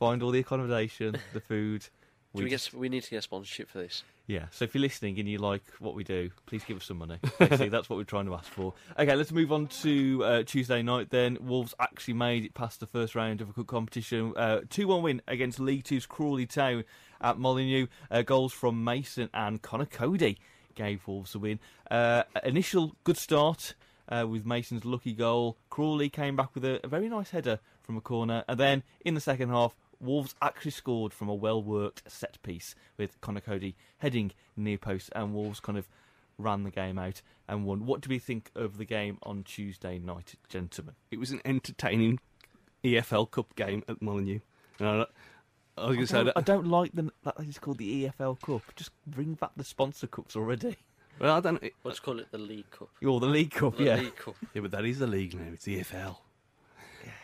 Speaker 3: find all the accommodation, the food.
Speaker 4: Do we, get,
Speaker 3: just-
Speaker 4: s- we need to get sponsorship for this.
Speaker 3: Yeah. So if you're listening and you like what we do, please give us some money. Basically, that's what we're trying to ask for. Okay, let's move on to uh, Tuesday night then. Wolves actually made it past the first round of a good competition. 2 1 win against League Two's Crawley Town at Molyneux. Uh, goals from Mason and Connor Cody gave Wolves the win. Uh, initial good start. Uh, with Mason's lucky goal, Crawley came back with a, a very nice header from a corner, and then in the second half, Wolves actually scored from a well worked set piece with Connor Cody heading near post, and Wolves kind of ran the game out and won. What do we think of the game on Tuesday night, gentlemen?
Speaker 5: It was an entertaining EFL Cup game at Molyneux. And I, I was going to say, I
Speaker 3: don't,
Speaker 5: don't-
Speaker 3: Oh, I don't like them. That it's called the EFL Cup. Just bring back the sponsor cups already.
Speaker 5: well, I don't.
Speaker 4: Let's call it the League Cup.
Speaker 3: You're the League Cup,
Speaker 4: The
Speaker 3: yeah.
Speaker 4: League Cup.
Speaker 5: Yeah, but that is the league now. It's EFL.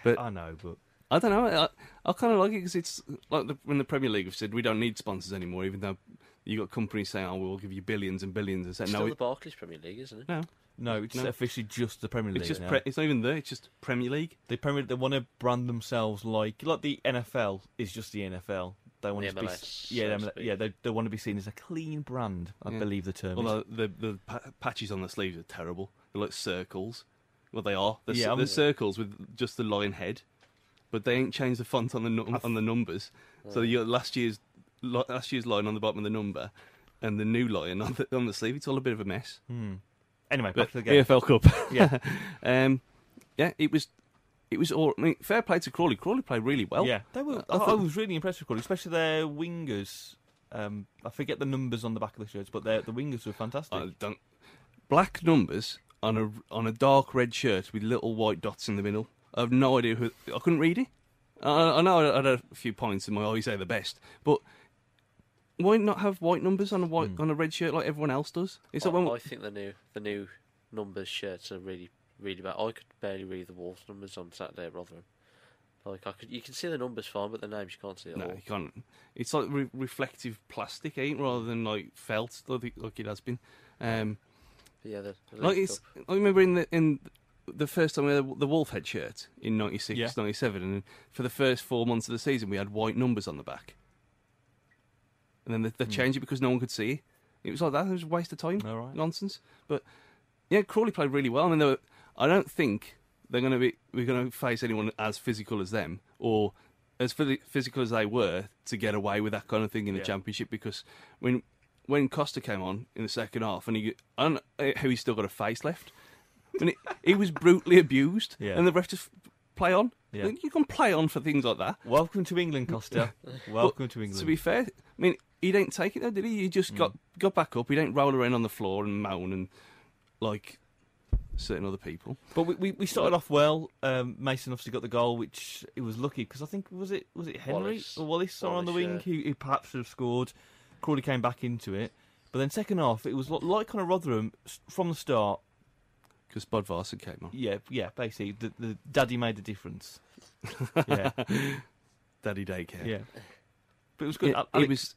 Speaker 3: I know, but
Speaker 5: I don't know. I, I kind of like it because it's like the, when the Premier League have said we don't need sponsors anymore, even though you got companies saying, "Oh, we'll give you billions and billions and saying,
Speaker 4: Still
Speaker 5: "No,
Speaker 4: the
Speaker 5: it,
Speaker 4: Barclays Premier League, isn't it?
Speaker 5: no,
Speaker 3: no, it's
Speaker 5: No.
Speaker 3: officially just the Premier League.
Speaker 5: it's just
Speaker 3: now.
Speaker 5: pre- it's not even there. It's just Premier League."
Speaker 3: They Premier they want to brand themselves like like the NFL is just the NFL. They want
Speaker 4: The
Speaker 3: to be
Speaker 4: MLS,
Speaker 3: yeah,
Speaker 4: so
Speaker 3: the
Speaker 4: to
Speaker 3: MLS
Speaker 4: speak.
Speaker 3: yeah, they, they want to be seen as a clean brand. I
Speaker 5: Yeah.
Speaker 3: believe the term. is.
Speaker 5: Although the the pa- patches on the sleeves are terrible. They're like circles. Well, they are. They're,
Speaker 3: Yeah,
Speaker 5: yeah,
Speaker 3: I'm-
Speaker 5: they're circles with just the lion head, but they ain't changed the font on the num- on the numbers. So
Speaker 3: Mm.
Speaker 5: you got last year's li- last year's lion on the bottom of the number, and the new lion on the, on the sleeve. It's all a bit of a mess.
Speaker 3: Anyway, back
Speaker 5: But
Speaker 3: to Mm. the game.
Speaker 5: EFL Cup.
Speaker 3: Yeah.
Speaker 5: um, yeah, it was. It was all. I mean, fair play to Crawley. Crawley played really well.
Speaker 3: yeah, they were. I,
Speaker 5: Uh, I
Speaker 3: I
Speaker 5: thought-
Speaker 3: was really impressed with Crawley, especially their wingers. Um, I forget the numbers on the back of the shirts, but their the wingers were fantastic.
Speaker 5: I don't. Black numbers on a on a dark red shirt with little white dots in the middle. I have no idea who. I couldn't read it. I, I know I had a few points in my eyes. They're the best, but why not have white numbers on a white on a red shirt like everyone else does? It's
Speaker 4: I,
Speaker 5: like when
Speaker 4: I think the new the new numbers shirts are really really bad. I could barely read the Wolves numbers on Saturday at Rotherham. Like I could, you can see the numbers fine, but the names you can't see at
Speaker 5: no,
Speaker 4: all.
Speaker 5: you can't. It's like re- reflective plastic, ain't rather than like felt like like it has been. Um,
Speaker 4: But yeah, the, the
Speaker 5: Like
Speaker 4: League
Speaker 5: it's,
Speaker 4: Cup.
Speaker 5: I remember in the in the first time we had the wolf head shirt in 96,
Speaker 3: Yeah.
Speaker 5: 97, and for the first four months of the season we had white numbers on the back, and then they, they changed it because no one could see it. It was like that. It was a waste of time.
Speaker 3: Hmm. All right.
Speaker 5: Nonsense. But yeah, Crawley played really well. I mean, they were, I don't think they're going to be we're going to face anyone as physical as them or as phy- physical as they were to get away with that kind of thing in the
Speaker 3: Yeah.
Speaker 5: championship because when when Costa came on in the second half and he I don't know how he's still got a face left and it, he was brutally abused
Speaker 3: Yeah.
Speaker 5: and the ref just play on
Speaker 3: Yeah.
Speaker 5: you can play on for things like that
Speaker 3: Welcome to England, Costa. Welcome to England. Mm.
Speaker 5: to be fair, I mean, he didn't take it though, did he? He just got got back up. He didn't roll around on the floor and moan and like certain other people.
Speaker 3: But we, we, we started off well. Um, Mason obviously got the goal, which it was lucky because I think was it was it Henry
Speaker 4: Wallace.
Speaker 3: or Wallace, or on the
Speaker 4: Wallace,
Speaker 3: wing
Speaker 4: yeah.
Speaker 3: who, who perhaps should have scored. Crawley came back into it, but then second half it was lo- like kind of Rotherham s- from the start.
Speaker 5: Because Bod Varson came on.
Speaker 3: Yeah, yeah, basically the, the daddy made the difference. yeah,
Speaker 5: Daddy daycare.
Speaker 3: yeah. But it was good.
Speaker 5: Yeah,
Speaker 3: I- I
Speaker 5: it
Speaker 3: think-
Speaker 5: was.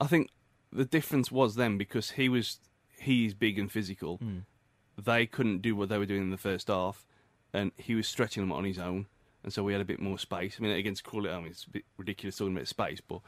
Speaker 5: I think the difference was then because he was he's big and physical. They couldn't do what they were doing in the first half, and he was stretching them on his own, and so we had a bit more space. I mean, against Crawley, I mean, it's a bit ridiculous talking about space, but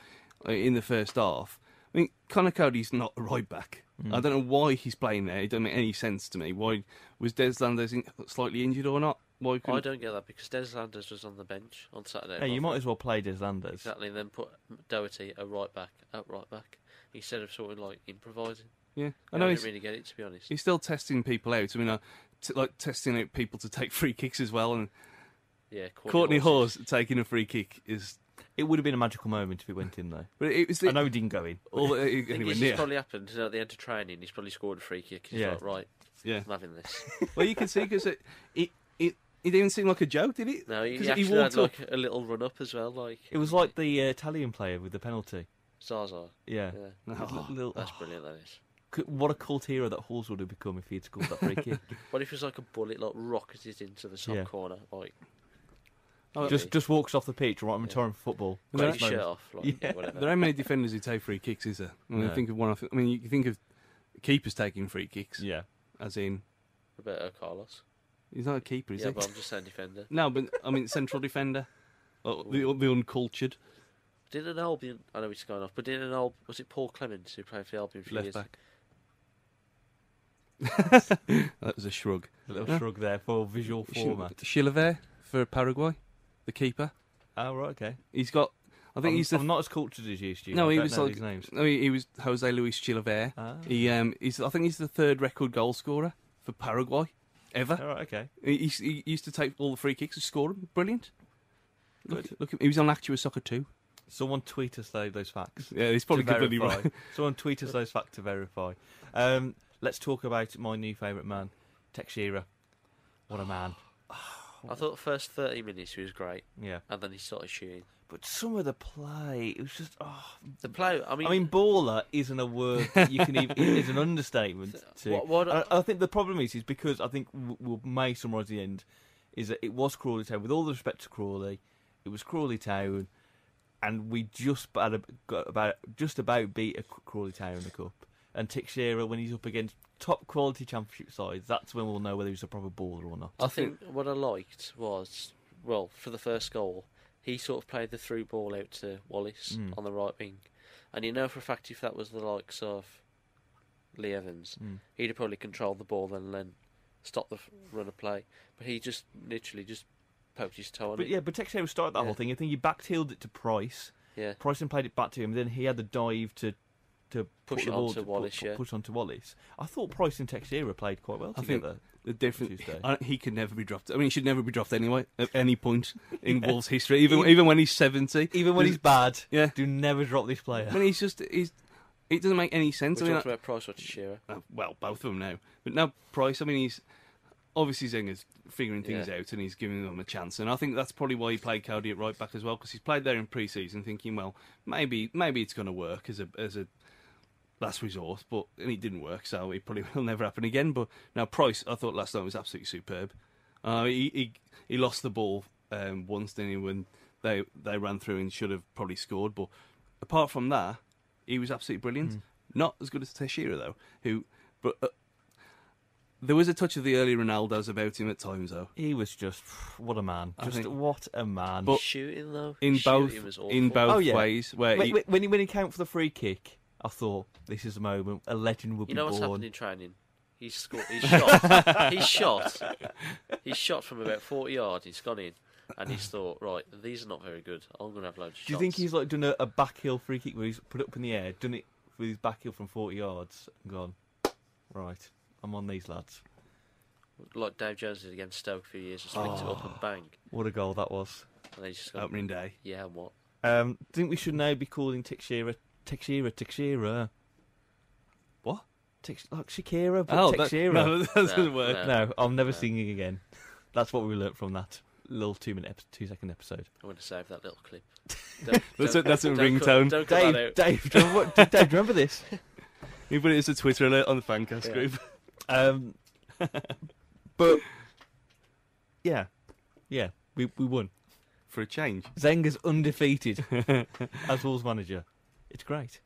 Speaker 5: uh, in the first half, I mean, Connor Cody's not a right back. I don't know why he's playing there. It doesn't make any sense to me. Why was Deslanders in, slightly injured or not? Why
Speaker 4: I
Speaker 5: couldn't
Speaker 4: don't get that because Deslanders was on the bench on Saturday. at
Speaker 3: Hey, you
Speaker 4: Rotherham.
Speaker 3: might as well play Deslanders.
Speaker 4: exactly, and then put Doherty at right back at right back instead of sort of like improvising.
Speaker 5: Yeah, I
Speaker 4: I,
Speaker 5: know
Speaker 4: didn't
Speaker 5: he's,
Speaker 4: really get it to be honest.
Speaker 5: he's still testing people out. I mean, uh, t- like testing out people to take free kicks as well, and
Speaker 4: Yeah,
Speaker 5: Courtney
Speaker 4: Horse.
Speaker 5: Hawes taking a free kick is,
Speaker 3: It would have been a magical moment if it went in though.
Speaker 5: but it was
Speaker 3: I
Speaker 5: the,
Speaker 3: know he didn't go in.
Speaker 5: all uh, that
Speaker 4: I think
Speaker 5: anywhere
Speaker 4: this
Speaker 5: near.
Speaker 4: has probably happened and at the end of training. He's probably scored a free kick. He's
Speaker 3: Yeah.
Speaker 4: like, right,
Speaker 5: yeah.
Speaker 4: I'm having this.
Speaker 5: Well, you can see because it, it it it didn't seem like a joke, did it?
Speaker 4: No, he
Speaker 5: 'Cause
Speaker 4: actually
Speaker 5: walked
Speaker 4: had like a little run up as well, like
Speaker 3: It was like the uh, Italian player with the penalty.
Speaker 4: Zaza.
Speaker 3: Yeah,
Speaker 4: Yeah,
Speaker 5: Oh,
Speaker 3: Little-
Speaker 4: that's brilliant. That is.
Speaker 3: c- what a cult hero that Halls would have become if he had scored that free kick.
Speaker 4: What if it was like a bullet, like rocketed into the top
Speaker 3: Yeah.
Speaker 4: corner, like
Speaker 5: Oh,
Speaker 3: Just just walks off the pitch right? I'm
Speaker 4: Yeah.
Speaker 3: retiring from football.
Speaker 5: Well,
Speaker 4: Great
Speaker 5: there-
Speaker 3: Greatest
Speaker 4: shirt
Speaker 3: moment.
Speaker 4: off, like,
Speaker 3: Yeah.
Speaker 4: whatever.
Speaker 5: There aren't many defenders who take free kicks, is there? I mean,
Speaker 3: No.
Speaker 5: think of one. Off, I mean, you can think of keepers taking free kicks,
Speaker 3: Yeah.
Speaker 5: as in
Speaker 4: Roberto Carlos.
Speaker 5: he's not a keeper, is
Speaker 4: yeah,
Speaker 5: he?
Speaker 4: but I'm just saying defender.
Speaker 5: No, but I mean central defender, Or the, the uncultured
Speaker 4: Did an Albion? I know it's going off, but did an Albion? Was it Paul Clemens who played for the Albion a few
Speaker 5: left
Speaker 4: years?
Speaker 5: back. that was a shrug.
Speaker 3: A little
Speaker 5: Yeah.
Speaker 3: shrug there for visual format.
Speaker 5: Chilavert for Paraguay, the keeper.
Speaker 3: Oh right, okay.
Speaker 5: He's got. I think
Speaker 3: I'm,
Speaker 5: he's the.
Speaker 3: I'm not as cultured as you, Stu.
Speaker 5: no,
Speaker 3: I
Speaker 5: he
Speaker 3: don't
Speaker 5: was
Speaker 3: know
Speaker 5: like.
Speaker 3: these names.
Speaker 5: No, he, he was Jose Luis Chilavert.
Speaker 3: Ah.
Speaker 5: He um, he's. I think he's the third record goal scorer for Paraguay ever.
Speaker 3: All right, okay.
Speaker 5: He, he, he used to take all the free kicks and score them. Brilliant. Look,
Speaker 3: Good.
Speaker 5: look, at- he was on Actua Soccer too.
Speaker 3: Someone tweet us tho- those facts.
Speaker 5: Yeah, he's
Speaker 3: to verify. Someone tweet us those facts to verify. Um, let's talk about my new favourite man, Texiera. What a man.
Speaker 4: I thought the first 30 minutes he was great,
Speaker 3: Yeah.
Speaker 4: and then he started shooting.
Speaker 3: But some of the play, it was just. Oh,
Speaker 4: The play, I mean,
Speaker 3: I mean, baller isn't a word that you can even. is an understatement. To,
Speaker 4: What- what-
Speaker 3: I, I think the problem is, is because I think w- we'll may summarise the end, is that it was Crawley Town. With all the respect to Crawley, it was Crawley Town, and we just about a- got about just about beat a C- Crawley Town in the cup. And Tick Shearer, when he's up against top quality championship sides, that's when we'll know whether he's a proper baller or not.
Speaker 4: I think what I liked was, well, for the first goal, he sort of played the through ball out to Wallace on the right wing, and you know for a fact if that was the likes of Lee Evans, he'd have probably controlled the ball then and then stopped the f- run of play, but he just literally just poked his toe on
Speaker 3: But
Speaker 4: it.
Speaker 3: yeah, but Texiera started that
Speaker 4: Yeah.
Speaker 3: whole thing. I think he backheeled it to Price.
Speaker 4: yeah.
Speaker 3: Pricing played it back to him. Then he had the dive to to put
Speaker 4: Push
Speaker 3: the
Speaker 4: it
Speaker 3: ball
Speaker 4: onto
Speaker 3: pu-
Speaker 4: Wallace,
Speaker 3: pu-
Speaker 4: yeah.
Speaker 3: Push onto Wallace. I thought Price and Texiera played quite well
Speaker 5: I think
Speaker 3: together.
Speaker 5: the difference.
Speaker 3: Tuesday.
Speaker 5: I, he could never be dropped. I mean, he should never be dropped anyway at any point in Wolves history. Even even when he's seventy,
Speaker 3: Even when he's bad,
Speaker 5: yeah.
Speaker 3: do never drop this player.
Speaker 5: I mean, he's just he's. It doesn't make any sense.
Speaker 4: We're
Speaker 5: I mean,
Speaker 4: talking about Price or Shearer.
Speaker 5: uh, well, both of them now. But now Price, I mean, he's obviously Zenga's figuring things
Speaker 4: Yeah.
Speaker 5: out and he's giving them a chance. And I think that's probably why he played Cody at right back as well because he's played there in pre-season, thinking, well, maybe maybe it's going to work as a as a last resort. But and it didn't work, so it probably will never happen again. But now Price, I thought last night was absolutely superb. Uh, he, he he lost the ball um, once, didn't he, when they they ran through and should have probably scored. But apart from that, he was absolutely brilliant. Not as good as Teixeira though, who but uh, there was a touch of the early Ronaldo's about him at times though.
Speaker 3: he was just what a man.
Speaker 5: I
Speaker 3: Just
Speaker 5: think-
Speaker 3: what a man.
Speaker 5: But-
Speaker 4: shooting though,
Speaker 5: In
Speaker 4: His
Speaker 5: both
Speaker 4: shooting was
Speaker 5: in
Speaker 4: awful.
Speaker 5: both
Speaker 3: Oh, yeah.
Speaker 5: ways, where
Speaker 3: when,
Speaker 5: he,
Speaker 3: when- when he when he came for the free kick, I thought this is the moment a legend will be
Speaker 4: You know what's
Speaker 3: born.
Speaker 4: happened in training? He's scored. He's shot. he's shot. He's shot from about forty yards. He's gone in, and he's thought, right, these are not very good. I'm gonna have loads of
Speaker 3: do you
Speaker 4: shots.
Speaker 3: think he's like done a, a back heel free kick where he's put it up in the air, done it with his back heel from forty yards, and gone? Right, I'm on these lads.
Speaker 4: like Dave Jones did against Stoke a few years, just picked it up
Speaker 3: Oh.
Speaker 4: and bang,
Speaker 3: What a goal that was.
Speaker 4: and they just gone,
Speaker 5: opening day.
Speaker 4: yeah, and what?
Speaker 3: Um, think we should now be calling Teixeira Teixeira Teixeira.
Speaker 5: What?
Speaker 3: Tex- like Shakira, but
Speaker 5: oh, that,
Speaker 3: Teixeira. Uh,
Speaker 5: no, that doesn't
Speaker 4: No,
Speaker 5: work.
Speaker 4: no.
Speaker 3: No, I'm never
Speaker 4: No.
Speaker 3: singing again. That's what we learnt from that little two minute, ep- two second episode.
Speaker 4: I'm gonna save that little clip. Don't,
Speaker 5: That's
Speaker 4: don't-
Speaker 5: a- that's a
Speaker 4: don't
Speaker 5: ringtone.
Speaker 4: Cut, don't cut that
Speaker 3: Dave,
Speaker 4: out.
Speaker 3: Dave, do you remember, what, Dave, do you remember this?
Speaker 5: You put it as a Twitter alert on the fancast
Speaker 4: Yeah.
Speaker 5: group.
Speaker 3: Um, but yeah, yeah, we we won.
Speaker 5: For a change.
Speaker 3: Zenga's undefeated as Wolves manager. It's great.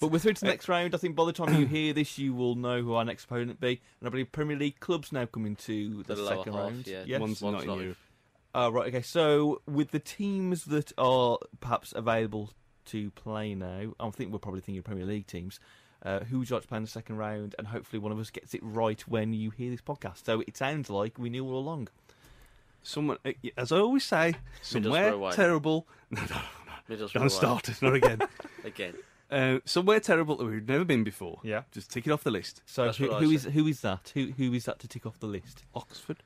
Speaker 3: But we're through to the next round. I think by the time you hear this, you will know who our next opponent be. And I believe Premier League clubs now come into the,
Speaker 4: The lower
Speaker 3: second
Speaker 4: half,
Speaker 3: round.
Speaker 4: yeah.
Speaker 3: Yes.
Speaker 5: One's,
Speaker 4: one's
Speaker 5: not in
Speaker 4: not in-
Speaker 5: Europe.
Speaker 3: Uh, right. Okay. So with the teams that are perhaps available to play now, I think we're probably thinking Premier League teams. Uh, who would you like to play in the second round? And hopefully one of us gets it right when you hear this podcast. So it sounds like we knew all along.
Speaker 5: Someone, uh, y- as I always say, somewhere
Speaker 4: away.
Speaker 5: terrible.
Speaker 4: Middlesbrough away.
Speaker 5: Don't start it, not again.
Speaker 4: again.
Speaker 5: uh, somewhere terrible that we've never been before.
Speaker 3: Yeah.
Speaker 5: Just tick it off the list.
Speaker 3: So
Speaker 4: That's
Speaker 3: who,
Speaker 4: what I
Speaker 3: who is who is that? Who who is that to tick off the list?
Speaker 5: Oxford.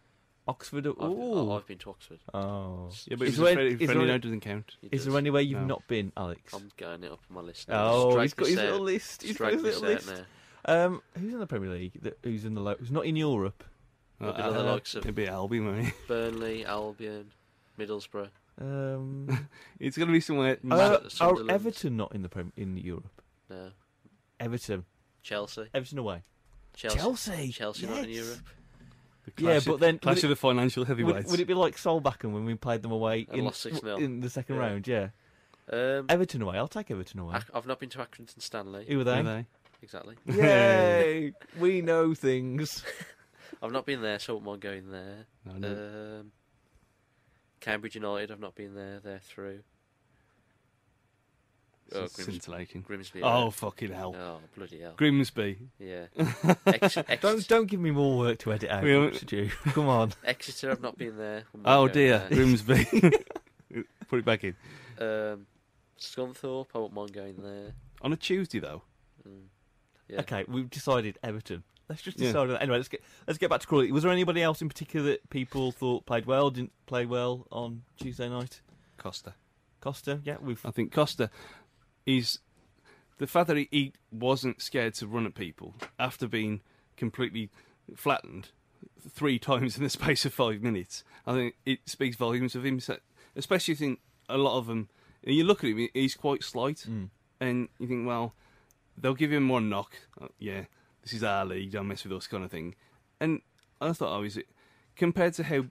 Speaker 3: Oxford.
Speaker 4: I've,
Speaker 3: Ooh.
Speaker 4: I've been to Oxford.
Speaker 3: oh.
Speaker 5: Yeah, but
Speaker 3: Is
Speaker 5: if it's a
Speaker 3: there-
Speaker 5: friendly,
Speaker 3: is there-
Speaker 5: friendly note doesn't count.
Speaker 4: It
Speaker 3: Is
Speaker 4: does.
Speaker 3: there anywhere you've
Speaker 5: No.
Speaker 3: not been, Alex?
Speaker 4: I'm going it up on my list. now.
Speaker 3: oh,
Speaker 4: Um, Just
Speaker 3: he's got his
Speaker 4: drag this
Speaker 3: little
Speaker 4: out.
Speaker 3: list. He's
Speaker 4: Just
Speaker 3: got
Speaker 4: drag
Speaker 3: his
Speaker 4: this
Speaker 3: little
Speaker 4: out
Speaker 3: list.
Speaker 4: now.
Speaker 3: Um, who's in the Premier League? That, who's in the lo- who's not in Europe?
Speaker 4: There'll be the likes of
Speaker 5: It'd be Albion, won't it?
Speaker 4: Burnley, Albion, Middlesbrough.
Speaker 3: Um,
Speaker 5: It's going to be somewhere.
Speaker 3: uh,
Speaker 4: Su-
Speaker 3: are
Speaker 4: Sunderland.
Speaker 3: Everton not in the Prem- in Europe?
Speaker 4: No,
Speaker 3: Everton,
Speaker 4: Chelsea.
Speaker 3: Everton away.
Speaker 4: Chelsea.
Speaker 3: Chelsea,
Speaker 4: Chelsea not in
Speaker 3: yes.
Speaker 4: Europe.
Speaker 5: The
Speaker 3: Yeah,
Speaker 5: clash
Speaker 3: but
Speaker 5: of-
Speaker 3: then would
Speaker 5: clash
Speaker 3: it-
Speaker 5: of the financial
Speaker 3: Would,
Speaker 5: heavyweights.
Speaker 3: would it be like Solbakken when we played them away
Speaker 4: And
Speaker 3: in,
Speaker 4: lost 6-0?
Speaker 3: in the second
Speaker 4: Yeah. Ah.
Speaker 3: round? Yeah,
Speaker 4: Um,
Speaker 3: Everton away. I'll take Everton away.
Speaker 4: Ac- I've not been to Accrington Stanley.
Speaker 3: Who were they?
Speaker 5: Are they?
Speaker 4: Exactly.
Speaker 3: Yay! we know things.
Speaker 4: I've not been there, so I wouldn't mind going there.
Speaker 5: No, no.
Speaker 4: Um, Cambridge United, I've not been there. They're through. oh,
Speaker 5: It's
Speaker 4: Grimsby.
Speaker 5: scintillating.
Speaker 4: Grimsby.
Speaker 5: Oh
Speaker 4: yeah.
Speaker 5: fucking hell!
Speaker 4: Oh, bloody hell.
Speaker 5: Grimsby.
Speaker 4: yeah. Ex- Ex-
Speaker 3: Don't don't give me more work to edit out.
Speaker 5: We-
Speaker 3: should you? Come on.
Speaker 4: Exeter, I've not been there. Wouldn't mind
Speaker 5: Oh
Speaker 4: going
Speaker 5: dear,
Speaker 4: there.
Speaker 5: Grimsby. Put it back in
Speaker 4: Um, Scunthorpe, I wouldn't mind going there.
Speaker 5: on a Tuesday though.
Speaker 4: Mm. Yeah.
Speaker 3: Okay, we've decided Everton. Let's just
Speaker 5: Yeah.
Speaker 3: decide on that. Anyway, let's get let's get back to Crawley. Was there anybody else in particular that people thought played well, didn't play well on Tuesday night?
Speaker 5: Costa.
Speaker 3: Costa, yeah, we've
Speaker 5: I think Costa is the fact that he, he wasn't scared to run at people after being completely flattened three times in the space of five minutes. I think it speaks volumes of him, so- especially think a lot of them. And you look at him; he's quite slight,
Speaker 3: Mm.
Speaker 5: and you think, well, they'll give him one knock. Uh, yeah, this is our league; don't mess with us, kind of thing. And I thought, oh, is it compared to how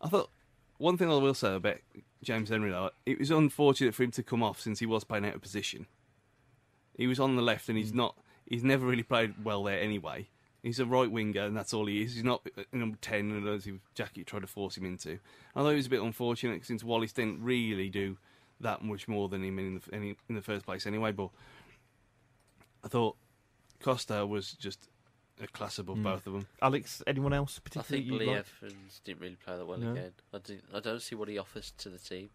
Speaker 5: I thought? One thing I will say about James Henry, though, it was unfortunate for him to come off since he was playing out of position. He was on the left, and he's
Speaker 3: Mm.
Speaker 5: not. He's never really played well there anyway. He's a right winger, and that's all he is. He's not uh, number ten, and as he- Jackie tried to force him into. I thought it was a bit unfortunate since Wallace didn't really do that much more than him in the in, in the first place anyway. But I thought Costa was just a class above
Speaker 3: Mm.
Speaker 5: both of them.
Speaker 3: Alex. Anyone else
Speaker 4: I think
Speaker 3: particularly?
Speaker 4: Lee
Speaker 3: you like?
Speaker 4: Evans didn't really play that well
Speaker 3: No.
Speaker 4: again. I, didn't, I don't see what he offers to the team,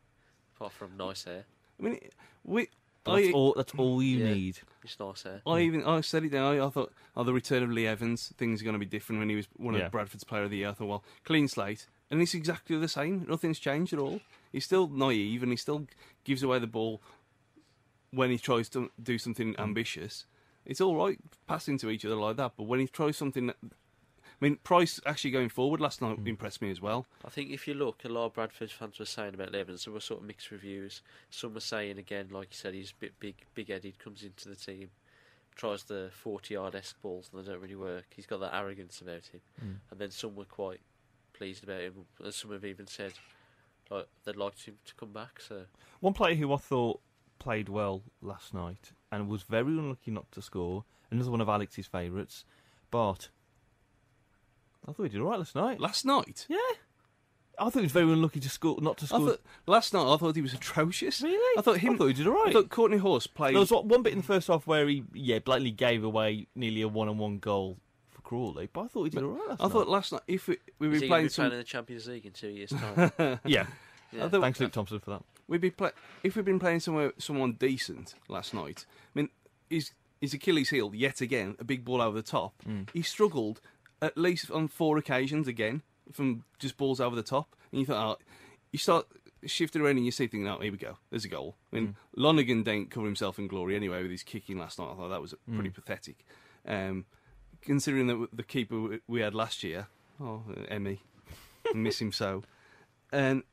Speaker 4: apart from nice hair.
Speaker 5: I mean, we.
Speaker 3: But That's
Speaker 5: I-
Speaker 3: all. That's all you
Speaker 4: Yeah.
Speaker 3: need.
Speaker 4: It's nice hair.
Speaker 5: I even I said it down. I, I thought, oh, the return of Lee Evans, things are going to be different when he was one of
Speaker 3: Yeah.
Speaker 5: Bradford's Player of the Year. I thought, well, clean slate, and it's exactly the same. Nothing's changed at all. He's still naive, and he still gives away the ball when he tries to do something ambitious. It's all right passing to each other like that, but when he tries something, that, I mean, Price actually going forward last night impressed me as well.
Speaker 4: I think if you look, a lot of Bradford fans were saying about Levens, there were sort of mixed reviews. Some were saying again, like you said, he's a bit big, big-headed, comes into the team, tries the forty-yard esque balls, and they don't really work. He's got that arrogance about him.
Speaker 3: Mm.
Speaker 4: And then some were quite pleased about him, and some have even said like, they'd like him to come back. So
Speaker 3: One player who I thought played well last night and was very unlucky not to score. Another one of Alex's favourites, Bart. I thought he did all right last night.
Speaker 5: Last night,
Speaker 3: Yeah, I thought he was very unlucky to score, not to
Speaker 5: I
Speaker 3: score.
Speaker 5: thought last night I thought he was atrocious.
Speaker 3: really?
Speaker 5: I thought him.
Speaker 3: I thought he did all right.
Speaker 5: I thought Courtney Horse played.
Speaker 3: There was one one bit in the first half where he, yeah, blatantly gave away nearly a one-on-one goal for Crawley, but I thought he did all right. Last
Speaker 5: I thought last night if we, we
Speaker 4: Is
Speaker 5: were
Speaker 4: he gonna
Speaker 5: playing
Speaker 4: be
Speaker 5: some
Speaker 4: playing in the Champions League in two years' time.
Speaker 3: night. yeah.
Speaker 4: Yeah.
Speaker 5: uh, I thought-
Speaker 3: Thanks, Luke Thompson, for that.
Speaker 5: We'd be play- if we'd been playing somewhere someone decent last night. I mean, his his Achilles heel yet again, a big ball over the top. He struggled at least on four occasions again from just balls over the top, and you thought, oh, you start shifting around and you see thinking, oh, here we go, there's a goal. I mean, Lonergan didn't cover himself in glory anyway with his kicking last night. I thought that was pretty pathetic, um, considering that the keeper we- we had last year. Oh, Emmy, miss him so. And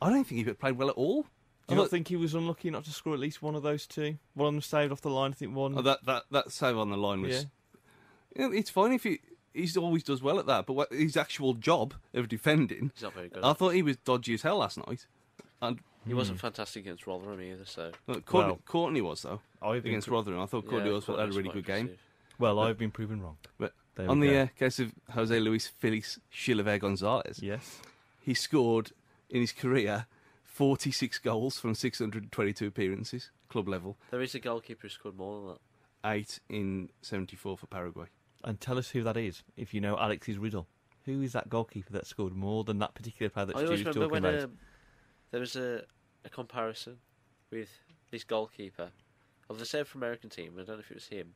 Speaker 5: I don't think he played well at all.
Speaker 3: Do
Speaker 5: I
Speaker 3: you not
Speaker 5: thought-
Speaker 3: think he was unlucky not to score at least one of those two? One of them saved off the line, I think one.
Speaker 5: Oh, that that that save on the line was.
Speaker 3: Yeah.
Speaker 5: You know, it's fine if he he's always does well at that, but what, his actual job of defending,
Speaker 4: he's not very good.
Speaker 5: I thought he was dodgy as hell last night. And
Speaker 4: He wasn't
Speaker 5: Hmm.
Speaker 4: fantastic against Rotherham either. So
Speaker 5: uh, Courtney,
Speaker 3: Well-
Speaker 5: Courtney was though
Speaker 3: I've been
Speaker 5: against Rotherham. I thought Courtney
Speaker 4: yeah,
Speaker 5: was had a
Speaker 4: Courtney's
Speaker 5: really
Speaker 4: quite
Speaker 5: good game.
Speaker 4: impressive.
Speaker 3: well, I've been proven wrong.
Speaker 5: But
Speaker 3: There we
Speaker 5: on the
Speaker 3: go.
Speaker 5: uh, case of Jose Luis Feliz Chilavert Gonzalez,
Speaker 3: Yes.
Speaker 5: he scored in his career forty six goals from six hundred twenty two appearances, club level,
Speaker 4: There is a goalkeeper who scored more than that.
Speaker 5: eight in seventy four for Paraguay.
Speaker 3: And tell us who that is, if you know Alex's riddle. Who is that goalkeeper that scored more than that particular player that
Speaker 4: I always
Speaker 3: Stu's
Speaker 4: remember
Speaker 3: talking
Speaker 4: when
Speaker 3: about?
Speaker 4: um, there was a, a comparison with this goalkeeper of the South American team. I don't know if it was him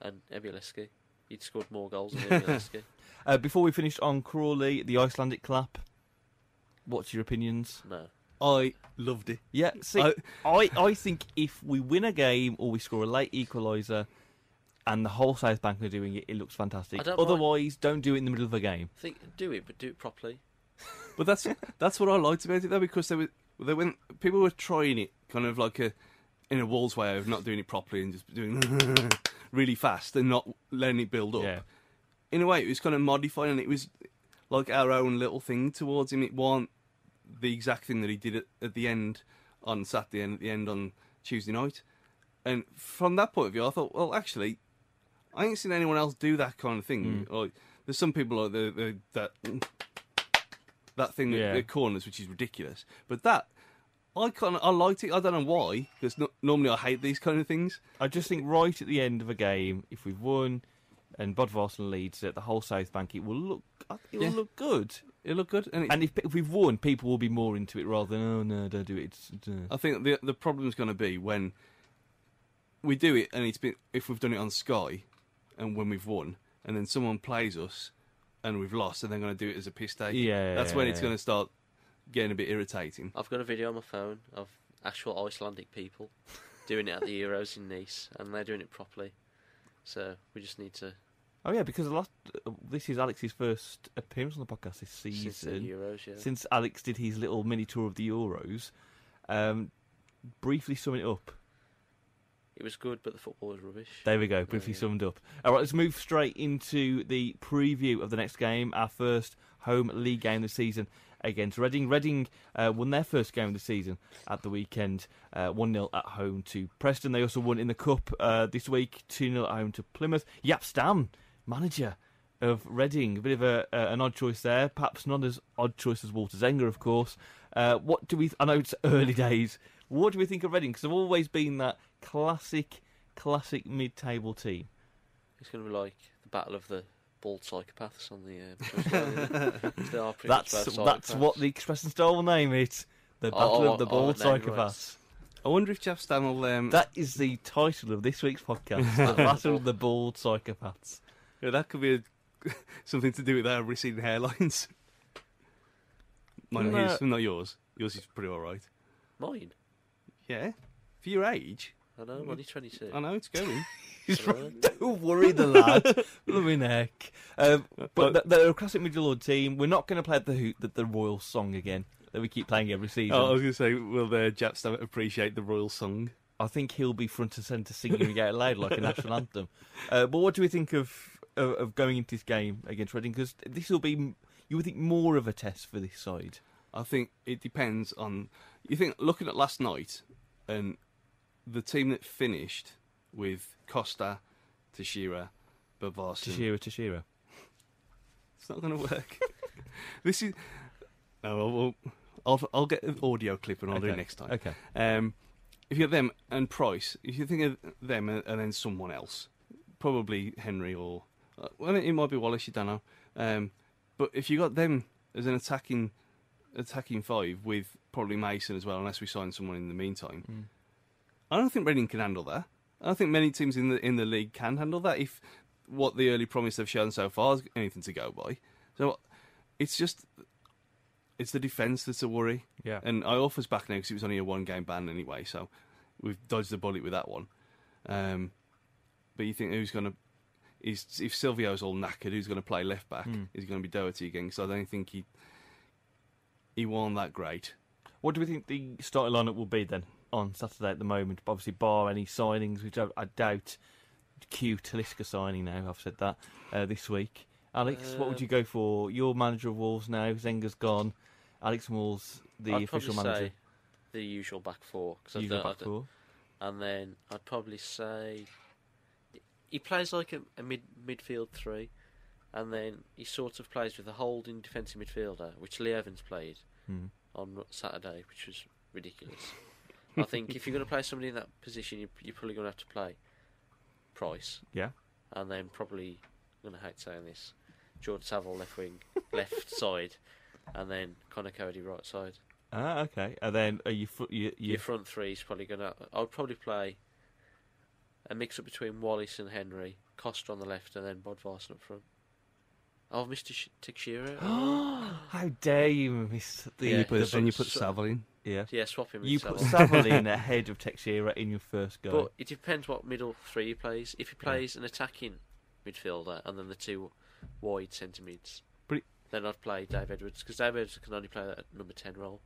Speaker 4: and Ebileski. He'd scored more goals than Ebileski.
Speaker 3: Uh, before we finish on Crawley, the Icelandic clap. What's your opinions?
Speaker 4: no,
Speaker 5: I loved it.
Speaker 3: Yeah, see, I,
Speaker 5: I-
Speaker 3: I, think if we win a game or we score a late equaliser and the whole South Bank are doing it, it looks fantastic.
Speaker 4: I don't mind-
Speaker 3: Otherwise, don't do it in the middle of a game.
Speaker 4: I think do it, but do it properly.
Speaker 5: But that's that's what I liked about it though, because they were they went people were trying it kind of like a in a Wolves way of not doing it properly and just doing really fast and not letting it build up.
Speaker 3: Yeah.
Speaker 5: In a way, it was kind of modifying. and It was like our own little thing towards him. It wasn't the exact thing that he did at, at the end on Saturday and at the end on Tuesday night. And from that point of view, I thought, well, actually, I ain't seen anyone else do that kind of thing. Like, there's some people like the, the, that that thing
Speaker 3: Yeah.
Speaker 5: at the corners, which is ridiculous. But that I kind of I liked it. I don't know why, because no, normally I hate these kind of things.
Speaker 3: I just think right at the end of a game, if we've won and Bodvarsson leads at the whole South Bank, it will look it will
Speaker 5: Yeah.
Speaker 3: look good.
Speaker 5: It looked good, and, it,
Speaker 3: And if, if we've won, people will be more into it rather than oh no, don't do it. It's, it's, uh."
Speaker 5: I think the the problem's going to be when we do it, and it's been if we've done it on Sky, and when we've won, and then someone plays us, and we've lost, and they're going to do it as a piss take.
Speaker 3: Yeah.
Speaker 5: that's when it's going to start getting a bit irritating.
Speaker 4: I've got a video on my phone of actual Icelandic people doing it at the Euros in Nice, and they're doing it properly. So we just need to
Speaker 3: Oh yeah, because a lot. This is Alex's first appearance on the podcast this season.
Speaker 4: since the Euros. Yeah.
Speaker 3: Since Alex did his little mini tour of the Euros, um, briefly summing it up.
Speaker 4: It was good, but the football was rubbish.
Speaker 3: There we go. Briefly
Speaker 4: yeah.
Speaker 3: summed up. All right, let's move straight into the preview of the next game. Our first home league game this season against Reading. Reading uh, won their first game of the season at the weekend, Uh, one 0 at home to Preston. They also won in the cup uh, this week, two 0 at home to Plymouth. Yap Stam, manager of Reading, a bit of a, uh, an odd choice there. Perhaps not as odd choice as Walter Zenger, of course. Uh, what do we? I know it's early days. What do we think of Reading? Because they've always been that classic classic mid-table team.
Speaker 4: It's going to be like the battle of the bald psychopaths on the. Um, coastline, isn't it? they are pretty much
Speaker 3: That's
Speaker 4: both
Speaker 3: that's
Speaker 4: psychopaths.
Speaker 3: what the Express and Star will name it. The
Speaker 4: Oh,
Speaker 3: Battle
Speaker 4: oh,
Speaker 3: of the
Speaker 4: oh,
Speaker 3: Bald
Speaker 4: name, right.
Speaker 3: Psychopaths.
Speaker 5: I wonder if Jeff Stam will. Um,
Speaker 3: That is the title of this week's podcast. the Battle of the Bald Psychopaths.
Speaker 5: yeah, that could be a, something to do with our receding hairlines. Mine
Speaker 3: No.
Speaker 5: is not yours. Yours is pretty all right.
Speaker 4: Mine.
Speaker 5: Yeah, for your age,
Speaker 4: I know. I'm only 22.
Speaker 5: I know it's going.
Speaker 3: He's
Speaker 4: Hello.
Speaker 3: right. Don't worry, the lad. Blooming heck. Um, but th- they're a classic Midlord team. We're not going to play the hoot, the, the Royal song again that we keep playing every season.
Speaker 5: Oh, I was going to say, will the Jap Stam appreciate the royal song?
Speaker 3: I think he'll be front and centre singing it out loud like a national anthem. Uh, but what do we think of, of of going into this game against Reading? Because this will be, m- you would think, more of a test for this side.
Speaker 5: I think it depends on. You think looking at last night and the team that finished with Costa, Tashira, Bavarsin,
Speaker 3: Tashira, Tashira.
Speaker 5: it's not going to work. this is. No, I'll, I'll- I'll, I'll get an audio clip and I'll do it
Speaker 3: Okay.
Speaker 5: next time.
Speaker 3: Okay.
Speaker 5: Um, if you have them and Price, if you think of them and, and then someone else, probably Henry or uh, well, it might be Wallace. You don't know. Um, but if you got them as an attacking attacking five with probably Mason as well, unless we sign someone in the meantime, I don't think Reading can handle that. I don't think many teams in the in the league can handle that if what the early promise they've shown so far is anything to go by. So it's just it's the defence that's a worry.
Speaker 3: Yeah.
Speaker 5: And Iorfa's back now because it was only a one game ban anyway, so we've dodged the bullet with that one. Um, but you think who's going to. Is, if Silvio's all knackered, who's going to play left back?
Speaker 3: Hmm.
Speaker 5: Is going to be Doherty again? Because I don't think he he won that great.
Speaker 3: What do we think the starting lineup will be then on Saturday at the moment? Obviously, bar any signings, which I, I doubt. Q Taliska signing now. I've said that uh, this week. Alex, what would
Speaker 4: Um,
Speaker 3: you go for? You're manager of Wolves now. Zenga's gone. Alex Moore's the
Speaker 4: I'd
Speaker 3: official
Speaker 4: probably
Speaker 3: manager.
Speaker 4: Say the usual back four. Cause
Speaker 3: You've got
Speaker 4: I've done,
Speaker 3: back four.
Speaker 4: And then I'd probably say he plays like a, a mid midfield three, and then he sort of plays with a holding defensive midfielder, which Lee Evans played
Speaker 3: Hmm.
Speaker 4: on Saturday, which was ridiculous. I think if you're going to play somebody in that position, you're, you're probably going to have to play Price,
Speaker 3: Yeah.
Speaker 4: and then probably I'm going to hate saying this, Jordan Savile left wing, left side, and then Connor Cody right side.
Speaker 3: Ah, okay. And then are you, fr- you, you
Speaker 4: Your front three is probably going to. I would probably play a mix up between Wallace and Henry, Costa on the left, and then Bodvarsson up front. Oh, I've missed Tish- Teixeira.
Speaker 3: How dare you miss the?
Speaker 4: Yeah,
Speaker 5: You put,
Speaker 4: the-
Speaker 5: and you put
Speaker 4: so-
Speaker 5: Savile in.
Speaker 3: yeah.
Speaker 4: yeah, swap him. with
Speaker 3: You put
Speaker 4: Savile.
Speaker 3: Savalin ahead of Teixeira in your first
Speaker 4: But
Speaker 3: go.
Speaker 4: it depends what middle three he plays. If he plays an attacking midfielder and then the two wide centre mids,
Speaker 5: But it-
Speaker 4: then I'd play Dave Edwards because Dave Edwards can only play that number ten role,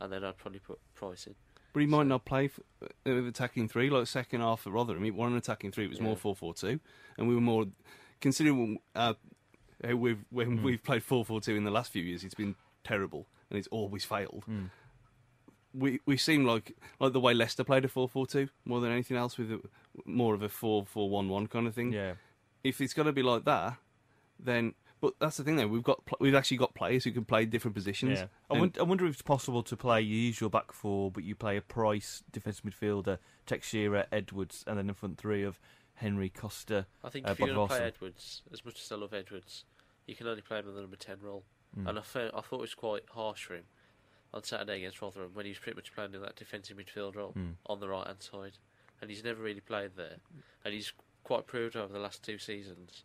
Speaker 4: and then I'd probably put Price in.
Speaker 5: But he might
Speaker 4: So-
Speaker 5: not play f- uh, with attacking three, like second half at Rotherham. It wasn't an attacking three, it was more
Speaker 4: Yeah.
Speaker 5: 4 4 2. And we were more, considering our uh, we've, when
Speaker 3: Mm.
Speaker 5: we've played 4-4-2 in the last few years, it's been terrible and it's always failed.
Speaker 3: Mm.
Speaker 5: We we seem like like the way Leicester played a 4-4-2 more than anything else with a, more of a 4-4-1-1 kind of thing.
Speaker 3: Yeah.
Speaker 5: If it's going to be like that, then but that's the thing though. We've got pl- we've actually got players who can play different positions.
Speaker 3: Yeah. I,
Speaker 5: And-
Speaker 3: wonder, I wonder if it's possible to play your usual back four, but you play a Price defensive midfielder, Teixeira, Edwards, and then the front three of Henry Costa.
Speaker 4: I think
Speaker 3: Uh,
Speaker 4: if you're
Speaker 3: Bob
Speaker 4: going to play
Speaker 3: Lawson.
Speaker 4: Edwards, as much as I love Edwards, you can only play him in the number 10 role.
Speaker 3: Mm.
Speaker 4: And I, fe- I thought it was quite harsh for him on Saturday against Rotherham when he was pretty much playing in that defensive midfield role
Speaker 3: Mm.
Speaker 4: on the right hand side. And he's never really played there. And he's quite proved over the last two seasons